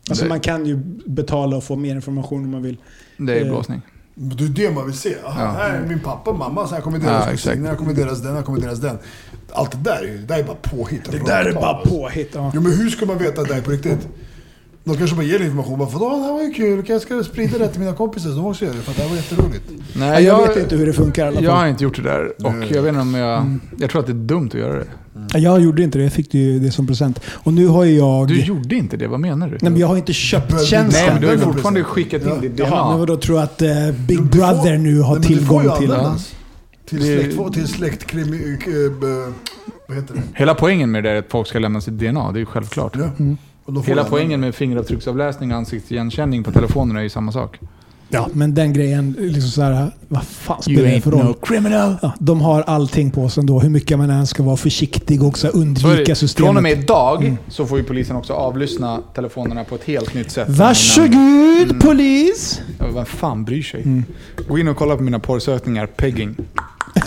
Speaker 2: alltså
Speaker 1: Nej.
Speaker 2: man kan ju betala och få mer information om man vill.
Speaker 1: Det är
Speaker 2: Eh,
Speaker 1: blåsning.
Speaker 3: Men Det är det man vill se. Aha,
Speaker 1: Ja.
Speaker 3: Här är min pappa och mamma, så här kommer
Speaker 1: Ja,
Speaker 3: deras
Speaker 1: exakt.
Speaker 3: kusiner, här kommer deras den, här kommer deras den. Allt det där, är ju- det där är bara påhitt.
Speaker 2: Det där är bara
Speaker 3: Alltså.
Speaker 2: påhitt. Ja.
Speaker 3: Jo men hur ska man veta att det här är på riktigt? De kanske bara ger information. Bara, för det här var ju kul, jag ska sprida det till mina kompisar så de också gör det. För att det här var jätteroligt.
Speaker 1: Nej,
Speaker 2: jag, vet inte hur det funkar i alla fall.
Speaker 1: Jag har inte gjort det där och
Speaker 3: Nej.
Speaker 1: jag vet inte om
Speaker 2: Mm.
Speaker 1: jag... Jag tror att det är dumt att göra det.
Speaker 2: Jag gjorde inte det. Jag fick det ju det som present. Och nu har ju jag...
Speaker 1: Du gjorde inte det, vad menar du?
Speaker 2: nej, men jag har inte köpt tjänsten.
Speaker 1: Nej, men du har ju
Speaker 3: Den är
Speaker 1: fortfarande
Speaker 3: present.
Speaker 1: skickat in
Speaker 3: Ja.
Speaker 1: ditt
Speaker 2: Jaha, men
Speaker 1: DNA.
Speaker 2: vadå, tror du att eh, Big
Speaker 3: Jo, du får-
Speaker 2: Brother nu har
Speaker 3: Nej, men du får
Speaker 2: tillgång
Speaker 3: ju
Speaker 2: till
Speaker 3: använda
Speaker 2: den?
Speaker 3: den. Till
Speaker 1: Det-
Speaker 3: släkt, till släktkrim... eh, Vad heter det?
Speaker 1: Hela poängen med det är att folk ska lämna sitt DNA, det är ju självklart.
Speaker 3: Ja. Och de får
Speaker 1: Hela
Speaker 3: använda
Speaker 1: poängen med fingeravtrycksavläsning och ansiktsigenkänning på telefonerna är ju samma sak.
Speaker 2: Ja. Men den grejen, liksom så här, vad fan
Speaker 1: You
Speaker 2: spelar det
Speaker 1: ain't
Speaker 2: för roll?
Speaker 1: no criminal.
Speaker 2: Ja, de har allting på sig ändå, hur mycket man än ska vara försiktig och så här,
Speaker 1: Så är
Speaker 2: undvika
Speaker 1: det.
Speaker 2: systemet.
Speaker 1: Från och med idag
Speaker 2: Mm.
Speaker 1: så får ju polisen också avlyssna telefonerna på ett helt nytt sätt.
Speaker 2: Varsågod Mm. polis!
Speaker 1: Mm. Ja, Vem fan bryr sig? Gå in och kolla på mina porrsökningar, pegging.
Speaker 3: Vad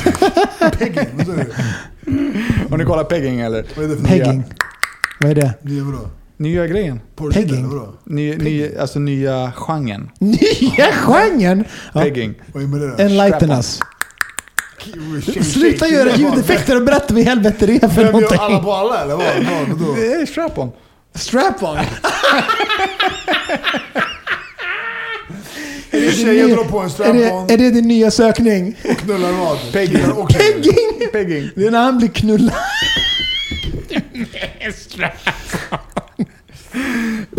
Speaker 3: säger du?
Speaker 1: Har ni kollat pegging eller?
Speaker 3: Vad är det för
Speaker 2: Pegging. Vad är det?
Speaker 3: Nya vadå?
Speaker 1: Nya grejen.
Speaker 3: Porrsidor,
Speaker 2: Pegging.
Speaker 3: vadå?
Speaker 1: Ny, ny, alltså nya genren.
Speaker 2: Nya genren! Ja.
Speaker 1: Pegging.
Speaker 3: Vad är med det? då?
Speaker 2: Enlighten
Speaker 1: Strap-on.
Speaker 2: us. Sluta göra ljudeffekter och berätta vad i helvete det är för
Speaker 3: Vem gör alla
Speaker 2: någonting.
Speaker 3: på alla eller vad? Vad- Vadå?
Speaker 1: Det är strap-on.
Speaker 2: Strap-on.
Speaker 3: Tjejer drar på en
Speaker 2: Är det, är
Speaker 3: strap-on
Speaker 2: det din nya sökning?
Speaker 3: och knullar vad?
Speaker 1: Pegging.
Speaker 3: Killar och tjejer.
Speaker 2: Pegging!
Speaker 1: Pegging.
Speaker 2: Det är när han blir knullad.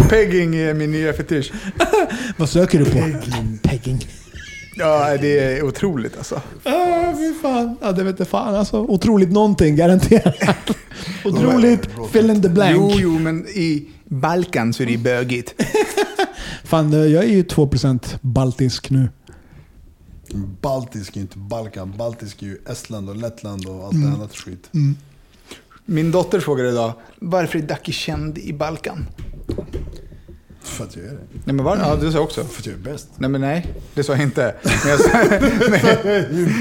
Speaker 1: Pegging är min nya fetisch.
Speaker 2: Vad söker du på? Pegging.
Speaker 1: Ja, det är otroligt alltså.
Speaker 2: Ah, fy fan. Ja, det vet jag fan alltså. Otroligt någonting, garanterat. Otroligt fill in the blank.
Speaker 1: Jo, jo, men i Balkan så är det ju bögigt.
Speaker 2: Fan, jag är ju 2% baltisk nu.
Speaker 3: Baltisk är ju inte Balkan. Baltisk är ju Estland och Lettland och allt
Speaker 1: Mm.
Speaker 3: det annat skit.
Speaker 1: Min dotter frågade idag, varför är Ducky känd i Balkan?
Speaker 3: För att jag är det.
Speaker 1: Nej, men var, ja, du sa också.
Speaker 3: För att jag är bäst.
Speaker 1: Nej, men nej, det sa jag inte. Men jag sa, nej,
Speaker 2: För att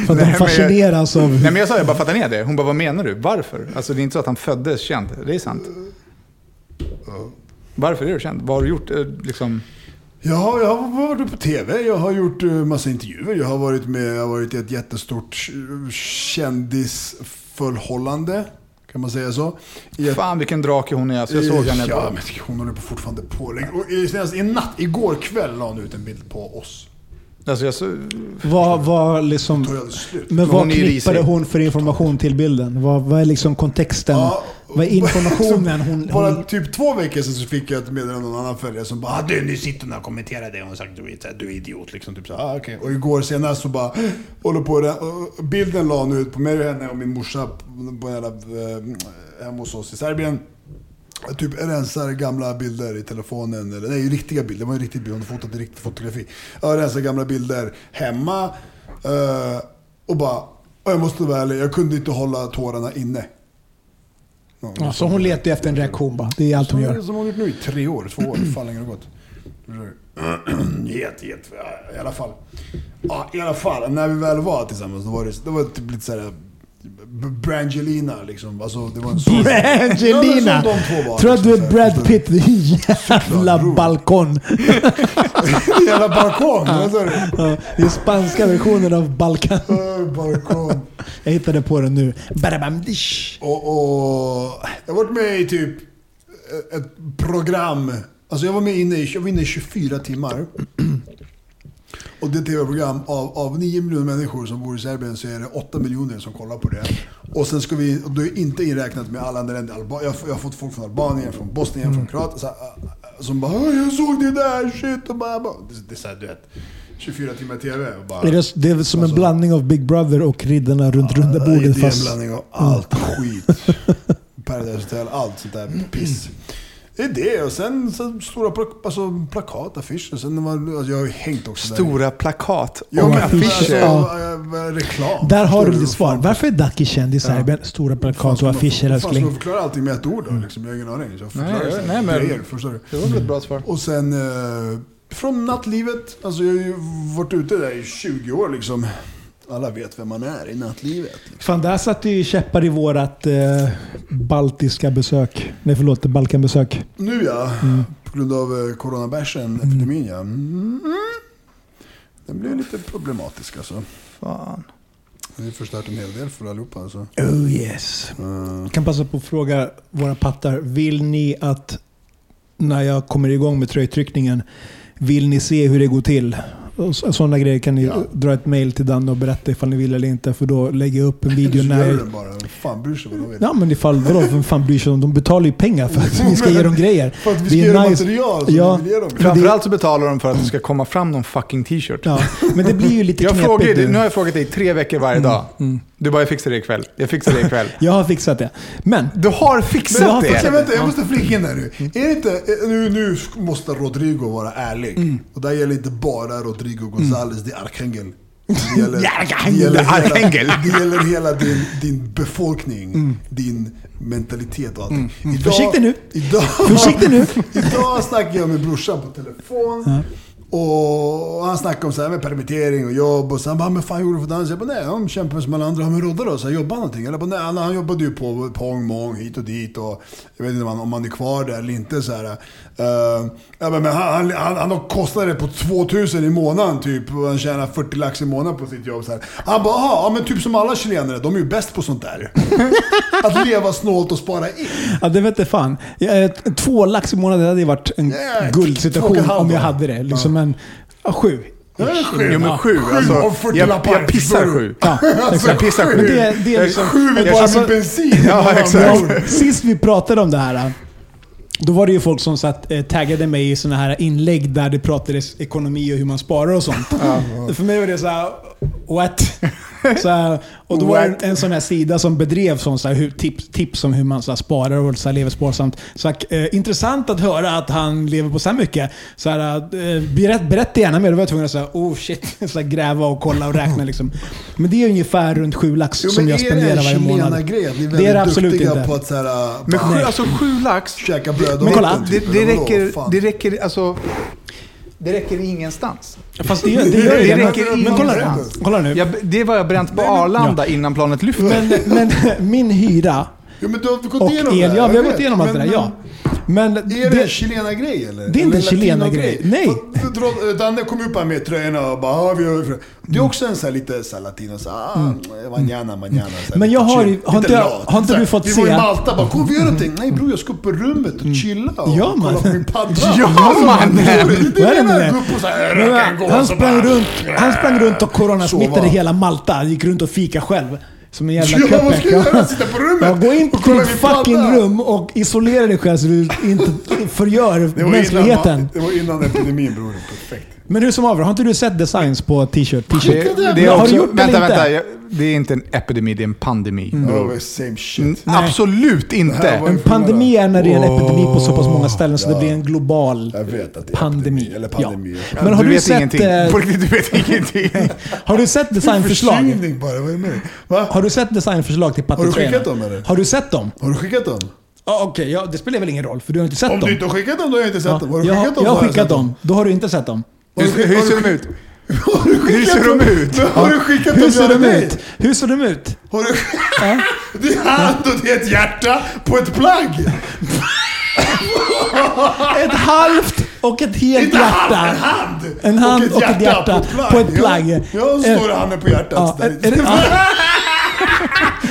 Speaker 1: men
Speaker 2: de
Speaker 1: jag-
Speaker 2: fascineras av...
Speaker 1: Nej, men jag sa det, bara fattar ni det? Hon bara, vad menar du? Varför? Alltså det är inte så att han föddes känd. Det är sant. Varför är du känd? Vad har du gjort? eh, Liksom,
Speaker 3: Jag har, jag har varit på TV, jag har gjort eh, massa intervjuer, jag har varit med, jag har varit i ett jättestort k- kändisförhållande. Kan man säga så? I ett-
Speaker 1: fan vilken drake hon är. Alltså, jag såg henne.
Speaker 3: Ja, men hon håller på fortfarande på länge. Och i- senast i natt, igår kväll la hon ut en bild på oss.
Speaker 1: Alltså, jag så,
Speaker 2: Vad var liksom...
Speaker 3: Då är det slut.
Speaker 2: Men
Speaker 1: Hon
Speaker 2: vad
Speaker 1: är ju
Speaker 2: knippade
Speaker 1: risig.
Speaker 2: hon för information till bilden? Vad, vad är liksom kontexten?
Speaker 3: Ja.
Speaker 2: Vad är informationen hon...
Speaker 3: Bara
Speaker 2: hon
Speaker 3: typ två veckor sedan så fick jag ett meddelande av en annan följare som bara ah, du, nu sitter hon och kommenterar det och hon sagt du är, så här, du är idiot liksom. Typ så, här, ah, okej. Och igår senast så bara "Ah, håller på det. och Bilden la hon ut på mig och henne och min morsa på- på en jävla, eh, hemma hos oss i Serbien. Typ rensar gamla bilder i telefonen. Eller, nej, riktiga bilder. Det var en riktig bild. Hon hade fotat en riktig fotografi. Jag rensar gamla bilder hemma. eh, och bara, och jag måste vara ärlig, jag kunde inte hålla tårarna inne. Ja,
Speaker 2: Ja, så hon letar ju efter en reaktion bara. Det är allt hon
Speaker 3: som,
Speaker 2: gör.
Speaker 3: som hon har gjort nu i tre år, två år, hur fan länge har det gått? Jätte, jätte, ja, i alla fall. Ja, i alla fall. När vi väl var tillsammans, då var det, det var typ lite såhär... B- Brangelina liksom. Alltså, det var en sån...
Speaker 2: Brangelina!
Speaker 3: Ja, men så de två var,
Speaker 2: Tror du att du
Speaker 3: liksom,
Speaker 2: är
Speaker 3: så här,
Speaker 2: Brad Pitt? Din jävla
Speaker 3: bror.
Speaker 2: balkon!
Speaker 3: Jävla balkon! vad sa du?
Speaker 2: Ja, Det är spanska versionen av Balkan.
Speaker 3: Öh, balkon.
Speaker 2: Jag hittade på den nu. Badabamdish.
Speaker 3: Och, och jag har varit med i typ ett program. Alltså jag var med inne i, jag var inne i 24 timmar. Och det är ett tv-program, av, av 9 miljoner människor som bor i Serbien så är det 8 miljoner som kollar på det. Och sen ska vi, och då är inte inräknat med alla andra länder. Alba, jag, har- jag har fått folk från Albanien, från Bosnien,
Speaker 2: Mm.
Speaker 3: från Kroatien. Så, här, äh, som bara "Åh, “Jag såg det där, shit” och bara... bara- Det, det är såhär du vet, 24 timmar tv. och Bara,
Speaker 2: Är det, det är som en
Speaker 3: Alltså-
Speaker 2: blandning av Big Brother och Riddarna runt runda
Speaker 3: Nej,
Speaker 2: bordet
Speaker 3: Det är en
Speaker 2: fast...
Speaker 3: Äh,
Speaker 2: Mm.
Speaker 3: blandning av allt skit. Paradise Hotel, allt sånt där piss. Det är det och sen, sen stora plak- alltså, plakat, affischer. Sen när man, alltså, jag har ju hängt också där.
Speaker 1: stora plakat.
Speaker 3: Ja,
Speaker 1: och
Speaker 3: men, alltså,
Speaker 1: affischer.
Speaker 2: Ja.
Speaker 3: eh, reklam.
Speaker 2: Där har du
Speaker 3: Förstår
Speaker 2: ditt svar. Varför är Ducky känd i Serbien? Stora plakat och
Speaker 3: Fan,
Speaker 2: affischer
Speaker 3: Fan, ska man
Speaker 2: älskling.
Speaker 3: förklara allting med ett ord då? Liksom, jag har ingen aning. Så jag
Speaker 1: Nej,
Speaker 3: förklarar
Speaker 1: jag-
Speaker 3: så här
Speaker 1: nej, men-
Speaker 3: grejer, förstår du?
Speaker 1: Det var väl ett bra svar.
Speaker 3: Och sen eh, från nattlivet. Alltså jag har ju varit ute där i 20 år liksom. Alla vet vem man är i nattlivet.
Speaker 2: Fan, där satte ju käppar i vårat eh, baltiska besök. Nej, förlåt. Balkanbesök.
Speaker 3: Nu ja,
Speaker 2: Mm.
Speaker 3: på grund av eh, coronabärsen, epidemin ja. Mm. Den blev lite problematisk alltså.
Speaker 1: Fan.
Speaker 3: Det har förstört en hel del för allihopa alltså.
Speaker 2: Oh yes.
Speaker 3: Mm.
Speaker 2: Jag kan passa på att fråga våra pattar. Vill ni att när jag kommer igång med tröjtryckningen, vill ni se hur det går till? Och så- Sådana grejer kan ni
Speaker 3: Ja.
Speaker 2: dra ett mail till Danne och berätta ifall ni vill eller inte. För då lägger jag upp en video
Speaker 3: Så
Speaker 2: när...
Speaker 3: gör
Speaker 2: Jag...
Speaker 3: den bara. Vem fan bryr sig vad de vill?
Speaker 2: Ja men ifall, vadå, vem fan bryr sig om? De betalar ju pengar för att vi ska ge dem grejer.
Speaker 3: För att vi
Speaker 2: Det
Speaker 3: ska
Speaker 2: är
Speaker 3: ge dem material som
Speaker 2: Ja.
Speaker 3: vi vill ge dem.
Speaker 2: Men det-
Speaker 1: Framförallt så betalar de för att det ska komma fram någon fucking t-shirt.
Speaker 2: Ja, men det blir ju lite
Speaker 1: Jag
Speaker 2: knepigt.
Speaker 1: frågar, dig-
Speaker 2: nu.
Speaker 1: nu har jag frågat dig tre veckor varje dag. Du bara, jag fixar det ikväll. Jag fixar det ikväll.
Speaker 2: Jag har fixat det. Men
Speaker 1: Du har
Speaker 3: Men, alltså,
Speaker 1: fixat
Speaker 3: jag,
Speaker 1: det!
Speaker 3: jag, vänta, jag måste flika in här nu.
Speaker 2: Mm.
Speaker 3: Är det inte, eh, nu, nu måste Rodrigo vara ärlig.
Speaker 2: Mm.
Speaker 3: Och det här gäller inte bara Rodrigo González, det är Arkangel. Det gäller,
Speaker 1: Arkangel. Arkangel.
Speaker 3: hela, det gäller hela din, din befolkning, din mentalitet och allting. Idag,
Speaker 2: Mm. Försiktig nu.
Speaker 3: Idag,
Speaker 2: Försiktig nu.
Speaker 3: idag snackade jag med brorsan på telefon. Och han snackade om så här med permittering och jobb och sen bara “Men fan gjorde du för dans?” Jag bara “Nej, han kämpade som alla andra, han rodde då, så han jobbade någonting?” Eller bara “Nej, han, han jobbade ju på Pong Mong hit och dit och jag vet inte om han, om han är kvar där eller inte så här. Eh, jag bara, men han, han, han, han har kostnader på 2000 i månaden typ och han tjänar 40 lax i månaden på sitt jobb så här. Han bara “Jaha, ja men typ som alla chilenare, de är ju bäst på sånt där.” Att leva snålt och spara in.
Speaker 2: ja, det vete fan. Jag, eh, Två lax i månaden hade ju varit en
Speaker 3: Yeah, två och en
Speaker 2: guldsituation
Speaker 3: halv
Speaker 2: om jag
Speaker 3: då.
Speaker 2: hade det. Liksom en ja, sju.
Speaker 1: Jo men sju,
Speaker 3: av
Speaker 1: alltså,
Speaker 3: 40
Speaker 1: jag,
Speaker 3: lappar, Alltså,
Speaker 1: jag pissar
Speaker 3: förstår du?
Speaker 1: sju.
Speaker 2: Ja,
Speaker 1: jag
Speaker 2: exakt.
Speaker 1: pissar
Speaker 2: Men
Speaker 1: sju.
Speaker 2: det, det är liksom,
Speaker 3: Sju är bara
Speaker 2: Alltså,
Speaker 3: som bensin.
Speaker 1: Ja, exakt.
Speaker 2: Ja, Sist vi pratade om det här, då var det ju folk som satt, eh, taggade mig i såna här inlägg där det pratades ekonomi och hur man sparar och sånt. För mig var det så här, what? Så här, och då var
Speaker 1: What?
Speaker 2: det en sån här sida som bedrev sån så här, hur, tips, tips om hur man så här, sparar och så här, lever sparsamt. Så här, eh, intressant att höra att han lever på så här mycket. Så här, eh, berätt, berätta gärna mer. Då var jag tvungen att säga, oh shit, så här, gräva och kolla och räkna. Liksom. Men det är ungefär runt sju lax
Speaker 3: Jo,
Speaker 2: som
Speaker 3: men
Speaker 2: jag spenderar varje månad.
Speaker 3: Grej, att ni är
Speaker 2: Det är det
Speaker 3: väldigt
Speaker 2: absolut
Speaker 3: duktiga
Speaker 2: inte.
Speaker 3: på att så här, äh,
Speaker 1: Men
Speaker 3: bara
Speaker 1: sju, alltså sju lax.
Speaker 3: käka bröd och
Speaker 2: Men kolla,
Speaker 3: vatten,
Speaker 1: Det,
Speaker 3: typ,
Speaker 1: det,
Speaker 3: eller vadå?
Speaker 1: räcker,
Speaker 3: Fan.
Speaker 1: det räcker, alltså. Det räcker ingenstans.
Speaker 2: Fast det gör det. Gör
Speaker 1: Det
Speaker 2: det.
Speaker 1: räcker
Speaker 2: Men-
Speaker 1: inte.
Speaker 2: men kolla, nu. kolla nu.
Speaker 1: Jag, det var jag bränt på Arlanda innan planet lyfte.
Speaker 2: Men, men min hyra
Speaker 3: Jo, men du har gått
Speaker 2: och el.
Speaker 3: igenom det här,
Speaker 2: Ja, vi
Speaker 3: jag
Speaker 2: har gått
Speaker 3: vet.
Speaker 2: igenom allt det
Speaker 3: Men-
Speaker 2: där. Ja. Men
Speaker 3: Är det en
Speaker 2: det,
Speaker 3: Chilena-grej eller?
Speaker 2: Det är inte en
Speaker 3: Eller
Speaker 2: Chilena-grej.
Speaker 3: latino-grej?
Speaker 2: Nej.
Speaker 3: För- för dra- eh, Danne kom upp här med tröjorna och bara ah, vi har... Det är också en sån här lite så här latino, så här, ah, manana, manana. Så här,
Speaker 2: Mm. Men jag
Speaker 3: lite
Speaker 2: har ju-
Speaker 3: chill,
Speaker 2: har
Speaker 3: lite
Speaker 2: inte jag-
Speaker 3: lat.
Speaker 2: har inte
Speaker 3: Så här,
Speaker 2: du fått
Speaker 3: Vi var
Speaker 2: se- Mm.
Speaker 3: i Malta bara, kom vi gör någonting. Nej bror, jag ska upp på rummet och chilla och
Speaker 2: Ja, man.
Speaker 3: kolla på min padda.
Speaker 1: Ja, man.
Speaker 3: Det är det
Speaker 2: Vad är det med
Speaker 3: jag menar.
Speaker 2: det?
Speaker 3: Gå upp och så här,
Speaker 2: Men,
Speaker 3: röka en gås
Speaker 2: han,
Speaker 3: och
Speaker 2: sprang
Speaker 3: bara-
Speaker 2: runt, han sprang runt och coronasmittade
Speaker 3: Sova.
Speaker 2: hela Malta. Han gick runt och fika själv. Som en jävla
Speaker 3: Ja,
Speaker 2: köpek.
Speaker 3: vad ska jag göra? Sitta på rummet
Speaker 2: Ja, gå in på
Speaker 3: och kolla
Speaker 2: ditt
Speaker 3: min padda.
Speaker 2: fucking rum och isolera dig själv så du inte förgör
Speaker 3: Det var innan-
Speaker 2: mänskligheten.
Speaker 3: Det var innan epidemin bror. Perfekt.
Speaker 2: Men hur som haver, har inte du sett designs på t-shirt? t-shirt?
Speaker 1: det, det är
Speaker 2: har
Speaker 1: också,
Speaker 2: du gjort det
Speaker 1: vänta,
Speaker 2: eller inte?
Speaker 1: vänta. Jag, det är inte en epidemi, det är en pandemi.
Speaker 3: Det var same
Speaker 1: Mm,
Speaker 3: shit.
Speaker 1: Absolut
Speaker 3: Det här var
Speaker 1: inte.
Speaker 2: En pandemi är när det är en epidemi på så pass många ställen så det blir en global
Speaker 3: Jag vet att det är
Speaker 2: pandemi.
Speaker 3: epidemi, eller pandemi.
Speaker 2: Ja. Men har du,
Speaker 1: vet
Speaker 2: sett,
Speaker 1: ingenting.
Speaker 2: eh,
Speaker 1: På riktigt, du vet ingenting.
Speaker 2: har du sett designförslag?
Speaker 3: Förkylning bara, vad är det med dig? Va?
Speaker 2: Har du sett designförslag till
Speaker 3: Har du
Speaker 2: patentröjorna?
Speaker 3: skickat dem, eller?
Speaker 2: Har du sett dem?
Speaker 3: Har du skickat dem?
Speaker 2: Ja, Okej, ja, det spelar väl ingen roll för du har inte sett
Speaker 3: Om
Speaker 2: dem.
Speaker 3: du inte har skickat dem, då har jag inte sett
Speaker 2: Ja,
Speaker 3: dem. Har du
Speaker 2: jag,
Speaker 3: skickat
Speaker 2: jag
Speaker 3: dem? så
Speaker 2: har
Speaker 3: sett
Speaker 2: skickat dem. Då har du inte sett dem.
Speaker 3: Har du
Speaker 1: Hur,
Speaker 3: skick-
Speaker 1: hur
Speaker 3: har du
Speaker 1: ser de ut?
Speaker 3: Har du skickat
Speaker 1: Hur ser de
Speaker 3: dem?
Speaker 1: ut?
Speaker 3: Men Har du skickat dem?
Speaker 2: Hur ser
Speaker 3: jag
Speaker 2: de
Speaker 3: till dig?
Speaker 2: ut? Hur ser de ut?
Speaker 3: Har du... Det är en hand och det är ett hjärta på ett plagg.
Speaker 2: Ett halvt och ett helt
Speaker 3: Inte
Speaker 2: hjärta.
Speaker 3: hand,
Speaker 2: En
Speaker 3: en hand.
Speaker 2: hand och ett hjärta på ett plagg.
Speaker 3: Ja, ja, så
Speaker 2: Eh,
Speaker 3: står det handen på hjärtat.
Speaker 2: ja,
Speaker 3: sådär.
Speaker 2: är- är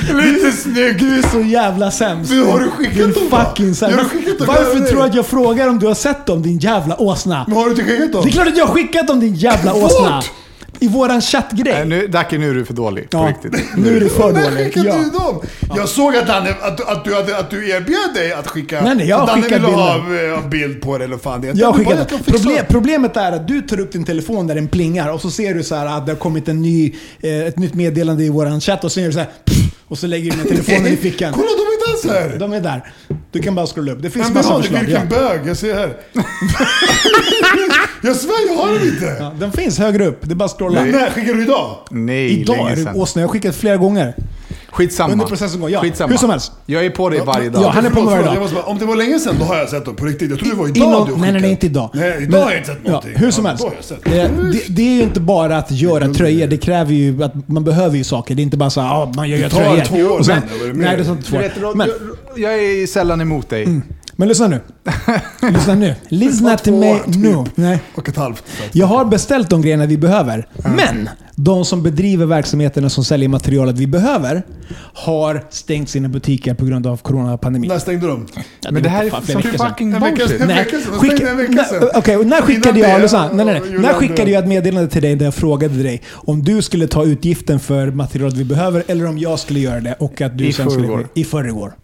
Speaker 2: det-
Speaker 3: Lite snygg.
Speaker 2: Du är så jävla sämst.
Speaker 3: Men har du skickat
Speaker 2: Din
Speaker 3: dem, va?
Speaker 2: fucking sämst.
Speaker 3: Jag har skickat dem, jag
Speaker 2: Varför
Speaker 3: gör det.
Speaker 2: tror du att jag frågar om du har sett dem din jävla åsna?
Speaker 3: Men har du inte skickat dem?
Speaker 2: Det är klart att jag har skickat dem din jävla åsna.
Speaker 3: Vart?
Speaker 2: I våran chattgrej.
Speaker 1: Nej, nu, Dacke, nu är du för dålig. På
Speaker 2: Ja.
Speaker 1: riktigt.
Speaker 2: Nu är du för
Speaker 3: När
Speaker 2: dålig.
Speaker 3: skickade
Speaker 2: Ja.
Speaker 3: du dem? Jag såg att, Danne, att, att, du hade, att du erbjöd dig att skicka.
Speaker 2: Nej, nej, jag
Speaker 3: att Danne
Speaker 2: skickar
Speaker 3: ville ha eh, bild på det eller fan det heter.
Speaker 2: Jag har
Speaker 3: Men bara
Speaker 2: skickat dem.
Speaker 3: jag kan fixa
Speaker 2: Problem,
Speaker 3: det.
Speaker 2: problemet är att du tar upp din telefon där den plingar och så ser du så här att det har kommit en ny, eh, ett nytt meddelande i våran chatt och sen gör du så här pff, och så lägger du den telefonen i fickan.
Speaker 3: Kolla, de är inte alls här!
Speaker 2: De är där. Du kan bara scrolla upp. Det finns
Speaker 3: Men
Speaker 2: massa
Speaker 3: vadå,
Speaker 2: förslag.
Speaker 3: vilken
Speaker 2: Ja.
Speaker 3: bög? Jag ser här. jag svär, jag har dem inte!
Speaker 2: Ja, den finns högre upp. Det är bara att scrolla.
Speaker 3: Men när skickar du idag?
Speaker 1: Nej,
Speaker 2: Idag
Speaker 1: länge
Speaker 2: är du
Speaker 1: sedan.
Speaker 2: åsna. Jag har skickat flera gånger.
Speaker 1: Skitsamma.
Speaker 2: Under processen går jag.
Speaker 1: Skitsamma.
Speaker 2: Hur som helst.
Speaker 1: Jag är på dig varje dag.
Speaker 2: Ja, han är på mig
Speaker 3: Förlåt,
Speaker 2: varje
Speaker 3: förlåt,
Speaker 2: dag.
Speaker 3: jag måste bara, om det var länge sedan, då har jag sett dem på riktigt. Jag trodde det var idag
Speaker 2: Inom-
Speaker 3: du
Speaker 2: nej, nej,
Speaker 3: skickade.
Speaker 2: nej, inte idag.
Speaker 3: Nej, idag
Speaker 2: Men-
Speaker 3: har jag inte sett någonting.
Speaker 2: Ja, hur som
Speaker 3: Ja,
Speaker 2: helst.
Speaker 3: då har jag sett.
Speaker 2: Eh, Det, det är ju inte bara att göra tröjor. Det kräver ju att man behöver ju saker. Det är inte bara så här, ah, man gör ju
Speaker 3: Det tar
Speaker 2: tröjor.
Speaker 3: två år,
Speaker 2: Och sen,
Speaker 3: men det var ju mer.
Speaker 2: nej, det tar inte två
Speaker 1: Du
Speaker 2: år.
Speaker 1: vet, Rod-
Speaker 2: Men,
Speaker 1: jag är sällan emot dig.
Speaker 2: men lyssna nu. lyssna nu. Lyssna till
Speaker 3: två år,
Speaker 2: mig
Speaker 3: typ.
Speaker 2: nu. Nej.
Speaker 3: Och ett halvt. så att-
Speaker 2: Jag har beställt de grejerna vi behöver. Men de som bedriver verksamheterna som säljer materialet vi behöver har stängt sina butiker på grund av coronapandemin.
Speaker 3: När stängde de?
Speaker 1: Men det här
Speaker 2: fan
Speaker 1: är
Speaker 2: flera
Speaker 1: så
Speaker 2: veckor sedan.
Speaker 1: fucking
Speaker 3: En vecka
Speaker 1: bullshit.
Speaker 3: sedan.
Speaker 2: Nej,
Speaker 3: En vecka sedan.
Speaker 2: skicka-
Speaker 3: Stängde en vecka sedan.
Speaker 2: nej, Okej, och när
Speaker 3: Innan
Speaker 2: skickade
Speaker 3: det,
Speaker 2: jag... Lyssna, nej, nej, nej.
Speaker 3: gjorde
Speaker 2: När
Speaker 3: han
Speaker 2: skickade
Speaker 3: det.
Speaker 2: jag ett meddelande till dig där jag frågade dig om du skulle ta utgiften för materialet vi behöver eller om jag skulle göra det och att du
Speaker 1: I
Speaker 2: sen skulle-
Speaker 1: förrgår.
Speaker 2: I förrgår.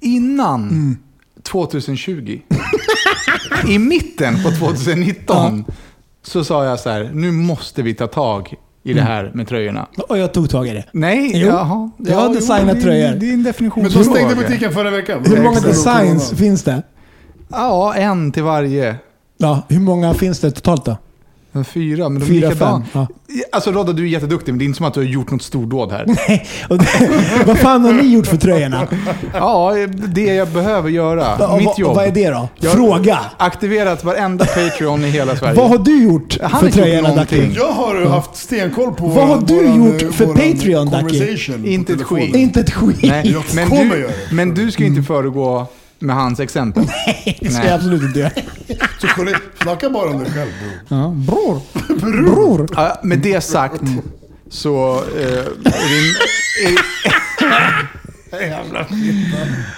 Speaker 1: Innan
Speaker 2: Mm.
Speaker 1: 2020, i mitten på 2019, så sa jag så här, nu måste vi ta tag i det här med tröjorna.
Speaker 2: Och jag tog tag i det.
Speaker 1: Nej,
Speaker 2: Mm. Jo.
Speaker 1: jaha.
Speaker 2: Jag har
Speaker 1: jo,
Speaker 2: designat
Speaker 1: det är-
Speaker 2: tröjor.
Speaker 1: Det är en
Speaker 3: Men du
Speaker 1: definitionsfråga.
Speaker 3: stängde butiken förra veckan.
Speaker 2: Hur många designs finns det?
Speaker 1: Ja, en till varje.
Speaker 2: Ja, hur många finns det totalt då?
Speaker 1: En Fyra, men de är
Speaker 2: Fyra,
Speaker 1: likadana.
Speaker 2: fem,
Speaker 1: Alltså Rodda, du är jätteduktig, men det är inte som att du har gjort något stordåd här.
Speaker 2: Och det- vad fan har ni gjort för tröjorna?
Speaker 1: ja, det jag behöver göra.
Speaker 2: Ja, och
Speaker 1: mitt
Speaker 2: vad-
Speaker 1: jobb.
Speaker 2: och vad är det då?
Speaker 1: Jag-
Speaker 2: Fråga.
Speaker 1: Aktiverat varenda Patreon i hela Sverige.
Speaker 2: Vad har du gjort
Speaker 1: Han har
Speaker 2: för
Speaker 1: inte gjort
Speaker 2: tröjorna
Speaker 1: någonting.
Speaker 2: Dacke?
Speaker 3: Jag har haft stenkoll på
Speaker 2: Vad har du gjort för Patreon, Dacke?
Speaker 1: Inte ett skit.
Speaker 2: Inte ett skit.
Speaker 1: Nej,
Speaker 3: Jag
Speaker 1: men,
Speaker 3: kommer
Speaker 1: du,
Speaker 3: göra
Speaker 1: men du ska inte föregå med hans exempel.
Speaker 2: Mm. Det ska jag absolut inte göra.
Speaker 3: Så kolla- Snacka bara om dig själv bror.
Speaker 2: Ja, bror. Bror.
Speaker 1: Ja, med det sagt
Speaker 2: Mm.
Speaker 1: så eh, är, det, är,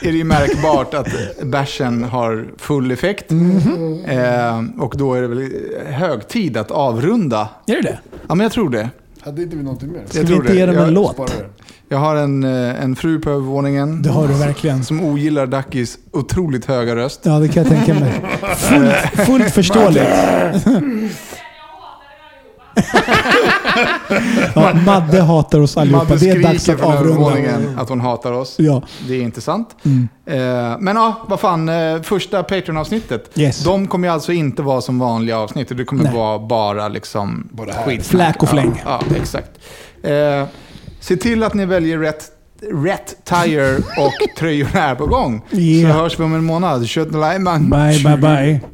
Speaker 1: är det ju märkbart att bärsen har full effekt.
Speaker 2: Mm-hmm.
Speaker 1: Eh, och då är det väl hög tid att avrunda.
Speaker 2: Är det det?
Speaker 1: Ja, men jag tror det.
Speaker 3: Hade inte vi någonting mer?
Speaker 1: Jag
Speaker 2: Ska vi
Speaker 1: tror
Speaker 2: inte
Speaker 1: det.
Speaker 2: ge dem
Speaker 1: Jag-
Speaker 2: en låt?
Speaker 3: Bara det.
Speaker 1: Jag har en, eh, en fru på övervåningen.
Speaker 2: Det har du verkligen.
Speaker 1: Som ogillar Dackis otroligt höga röst.
Speaker 2: Ja, det kan jag tänka mig. Fullt, fullt förståeligt.
Speaker 7: er
Speaker 2: Ja, Madde hatar oss allihopa.
Speaker 1: Madde
Speaker 2: det är dags
Speaker 1: skriker
Speaker 2: att
Speaker 1: från
Speaker 2: avrunda.
Speaker 1: övervåningen att hon hatar oss.
Speaker 2: Ja. Mm.
Speaker 1: Det är intressant. Eh, men ja, vad fan. Eh, första Patreon-avsnittet.
Speaker 2: Yes.
Speaker 1: De kommer ju alltså inte vara som vanliga avsnitt. Det kommer
Speaker 2: Nej.
Speaker 1: vara bara liksom
Speaker 3: Bara här.
Speaker 1: skitsnack.
Speaker 2: Fläk och fläng.
Speaker 1: Ja, ja exakt. Eh, se till att ni väljer rätt, rätt tire och tröjorna är på gång.
Speaker 2: Yeah.
Speaker 1: Så hörs vi om en månad. Kött och lajban.
Speaker 2: Bye, bye, bye.